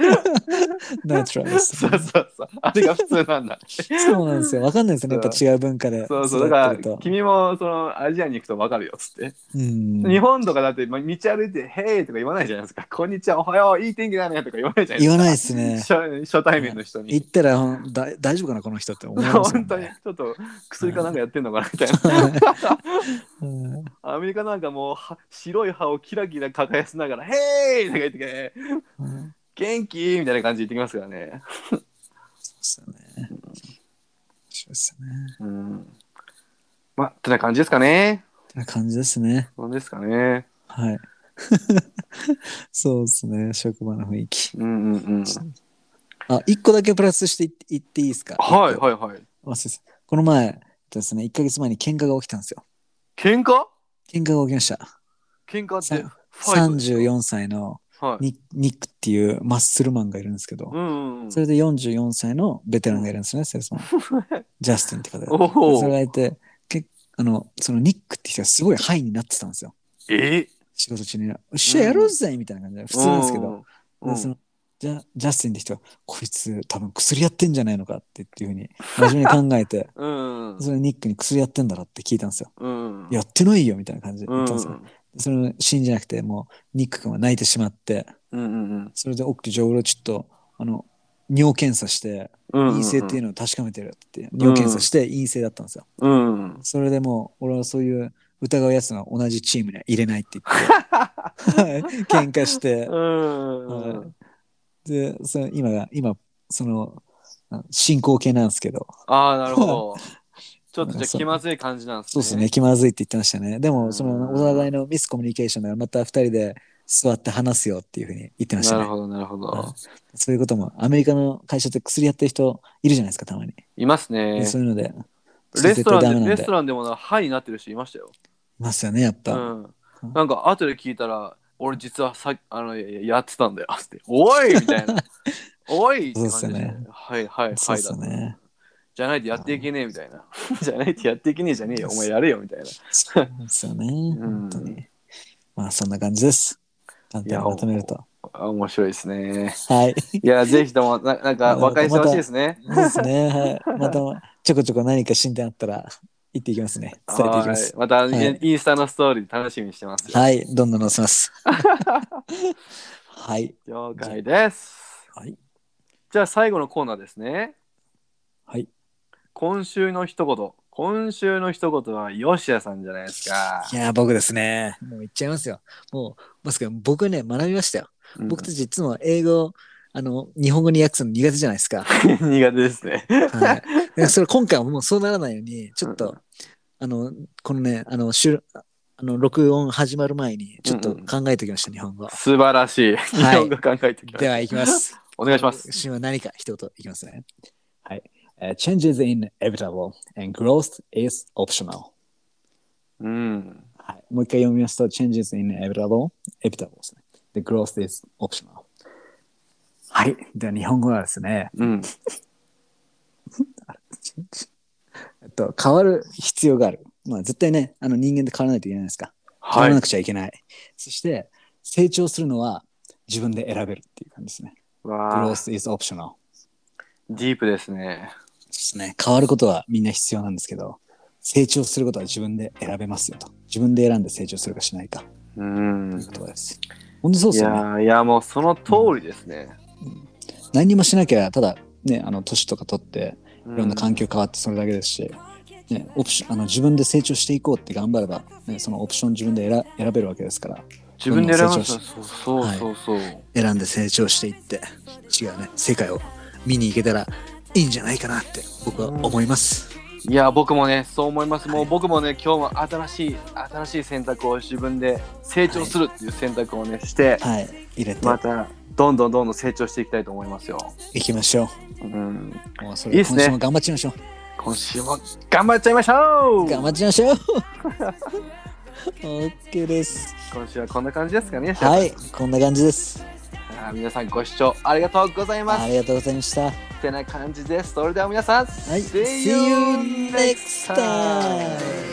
Speaker 3: ナチュラルです。
Speaker 2: そうそうそう。あれが普通なんだ。
Speaker 3: そうなんですよ。わかんないですね。やっぱ違う文化で。
Speaker 2: そうそう。だ
Speaker 3: 育って
Speaker 2: から
Speaker 3: ると
Speaker 2: 君もそのアジアに行くと分かるよっつって。
Speaker 3: うん。
Speaker 2: 日本とかだって、まあ、道歩いて「へい」とか言わないじゃないですか「 こんにちはおはよういい天気だね」とか言わないじゃない
Speaker 3: 言わない
Speaker 2: で
Speaker 3: ですね
Speaker 2: す。か初初対面の人
Speaker 3: 言っ
Speaker 2: に。
Speaker 3: たらほんだ大丈夫かな、この人って思いますよ
Speaker 2: 本当に
Speaker 3: ね。
Speaker 2: ちょっと薬かなんかやってんのかなみたいな、
Speaker 3: うん
Speaker 2: アメリカなんかもうは白い歯をキラキラ輝かせながら「ヘイ!」とか言って元気みたいな感じで言ってきますからね。
Speaker 3: そうですよね。そうですよね。
Speaker 2: うん。まあ、てな感じですかね。
Speaker 3: ってな感じですね。
Speaker 2: そうですかね。
Speaker 3: はい。 そうですね、職場の雰囲気。
Speaker 2: うんうんうん。
Speaker 3: あ、一個だけプラスしてい言っていいですか
Speaker 2: はいはいはい。
Speaker 3: い。忘れてたこの前、えっとですね、1ヶ月前に喧嘩が起きたんですよ。
Speaker 2: 喧嘩
Speaker 3: 喧嘩が起きました。
Speaker 2: 喧嘩って
Speaker 3: さ
Speaker 2: ファイトですか。
Speaker 3: 34歳の
Speaker 2: はい。
Speaker 3: ニニックっていうマッスルマンがいるんですけど
Speaker 2: う、んうんうん。
Speaker 3: それで44歳のベテランがいるんですね、セールスマン。 ジャスティンって方が。
Speaker 2: お
Speaker 3: それ
Speaker 2: お。
Speaker 3: がいて、けあの、そのニックって人がすごいハイになってたんですよ。
Speaker 2: え
Speaker 3: 仕事中に。よっしゃ、やろうぜみたいな感じで、普通なんですけど。。
Speaker 2: うん
Speaker 3: でそのジャジャスティンって人はこいつ多分薬やってんじゃないのかってっていうふうに真面目に考えて
Speaker 2: うん。
Speaker 3: それニックに薬やってんだろって聞いたんですよ。
Speaker 2: うん。
Speaker 3: やってないよみたいな感じで
Speaker 2: うん
Speaker 3: 言ったんですよ。それ信じなくてもうニック君は泣いてしまって
Speaker 2: うんうん
Speaker 3: それで奥上俺ちょっとあの尿検査して
Speaker 2: うん。
Speaker 3: 陰性っていうのを確かめてるって尿検査して陰性だったんですよ。
Speaker 2: うん。
Speaker 3: それでもう俺はそういう疑うやつが同じチームには入れないって 言って喧嘩して
Speaker 2: うん。
Speaker 3: はいで、その今が、今、その、あ進行形なんですけど、
Speaker 2: ああ、なるほ ど。ちょっと
Speaker 3: な
Speaker 2: じゃ
Speaker 3: んか
Speaker 2: あ
Speaker 3: そう
Speaker 2: 気まずい感じなんです
Speaker 3: そう
Speaker 2: ね。
Speaker 3: ですね、。気まずいって言ってましたね。で
Speaker 2: うん
Speaker 3: も、その、お互いのミスコミュニケーションだから、また二人で座って話すよっていうふうに言ってました
Speaker 2: なる
Speaker 3: ね。
Speaker 2: ほど、なるほど。
Speaker 3: そういうことも、アメリカの会社って薬やってる人いるじゃないですか、たまに。
Speaker 2: いますね
Speaker 3: で。そういうので、
Speaker 2: レストラ
Speaker 3: 絶対ダ
Speaker 2: ン
Speaker 3: メ
Speaker 2: で、
Speaker 3: なん
Speaker 2: レ
Speaker 3: で
Speaker 2: ストランでもな、ハイになってる人いましたよ。
Speaker 3: いますよね、やっぱ。
Speaker 2: うん
Speaker 3: うん。
Speaker 2: なんか、後で聞いたら、俺実はさあのややってたんだよ。 つって、おいみたい な。おいって
Speaker 3: そ
Speaker 2: 感
Speaker 3: うっ
Speaker 2: じ
Speaker 3: す
Speaker 2: で
Speaker 3: よね。
Speaker 2: はいはい
Speaker 3: そ
Speaker 2: は
Speaker 3: うで
Speaker 2: い
Speaker 3: す
Speaker 2: だ
Speaker 3: よ。ね。
Speaker 2: じゃないとやっていけねえみたいな。 じゃないとやっていけねえじゃねえよ。お前やれよみたいな。
Speaker 3: そうですよね。
Speaker 2: ん
Speaker 3: 本当に。まあ、そんな感じです。簡単にまとめると。
Speaker 2: あ面白いです ね。
Speaker 3: はい。
Speaker 2: いや、ぜひとも、ななんか、和解してほしいですね。
Speaker 3: そうですね。はい。また、ちょこちょこ何か進展あったら、行っていきますね。伝えていきま
Speaker 2: は
Speaker 3: す
Speaker 2: い。。また、
Speaker 3: はい
Speaker 2: インスタのストーリー楽しみにしてますよ。
Speaker 3: はい。どんどん載 せます。はい。
Speaker 2: 了解です。
Speaker 3: はい。
Speaker 2: じゃあ最後のコーナーですね。
Speaker 3: はい。
Speaker 2: 今週の一言。今週の一言は吉谷さんじゃないですか
Speaker 3: い。やー、僕ですね。もう行っちゃいますよ。もう、まさか僕ね、学びましたよ。僕たちいつも英語、あの、日本語に訳すの苦手じゃないですか。
Speaker 2: うん 苦手ですね。
Speaker 3: はい。 でそれ今回はもうそうならないように、ちょっ
Speaker 2: う
Speaker 3: と、あの、このね、あの、収あの録音始まる前に、ちょっと考えておきました、日本語。
Speaker 2: 素晴らしい。
Speaker 3: は
Speaker 2: 日
Speaker 3: い
Speaker 2: 本語考えてきま。
Speaker 3: ですは、行き ます。
Speaker 2: お願いします。
Speaker 3: 私は何か一言いきますね。はい。changes in evitable and growth is optional.
Speaker 2: うん。
Speaker 3: はい。もう一回読みますと、changes in evitable, evitable ですね。で、growth is optional. はい。では、日本語はですね、
Speaker 2: うん。
Speaker 3: えっと、変わる必要がある。まあ、絶対ね、あの人間で変わらないといけないですか。変わ
Speaker 2: は。
Speaker 3: らないくちゃいけない。そして、成長するのは自分で選べるっていう感じですね。
Speaker 2: わあ、
Speaker 3: growth is optional.
Speaker 2: ディープですね。
Speaker 3: そうですね。変わることはみんな必要なんですけど、成長することは自分で選べますよと。自分で選んで成長するかしないか
Speaker 2: うん
Speaker 3: という。ことです。本当そう
Speaker 2: い
Speaker 3: ですよね。
Speaker 2: やーいやもうその通りですね。
Speaker 3: 何にもしなきゃ、ただ、ね、あの、年とか取って、
Speaker 2: い
Speaker 3: いろんな環境変わってそれだけですし、ね、オプション、あの、自分で成長していこうって頑張れば、ね、そのオプション自分で選選べるわけですから、
Speaker 2: 自分で選ばな
Speaker 3: どんどん成長し
Speaker 2: そうそうそうそう。
Speaker 3: 選んで成長していって、違うね、世界を見に行けたらいいんじゃないかなって僕は思います。
Speaker 2: いや僕もねそう思いますもう僕もね今日も新しい新しい選択を自分で成長するっていう選択をねして、
Speaker 3: はい、入れて
Speaker 2: またどんどんどんどん成長していきたいと思いますよ、
Speaker 3: いきましょ
Speaker 2: うん、
Speaker 3: う。もうそ
Speaker 2: いい
Speaker 3: れ、
Speaker 2: っす
Speaker 3: 今
Speaker 2: ね
Speaker 3: 週も頑張っちゃいましょ
Speaker 2: 今週も頑張っちゃいましょ
Speaker 3: う。
Speaker 2: う
Speaker 3: 頑張っちゃいまし ょう。OK です。
Speaker 2: 今週はこんな感じですかね
Speaker 3: はい、こんな感じです。
Speaker 2: あー皆さんご視聴ありがとうございます
Speaker 3: ありがとうございました。は
Speaker 2: ってな感じですそれでは皆さん、
Speaker 3: い、See you next time!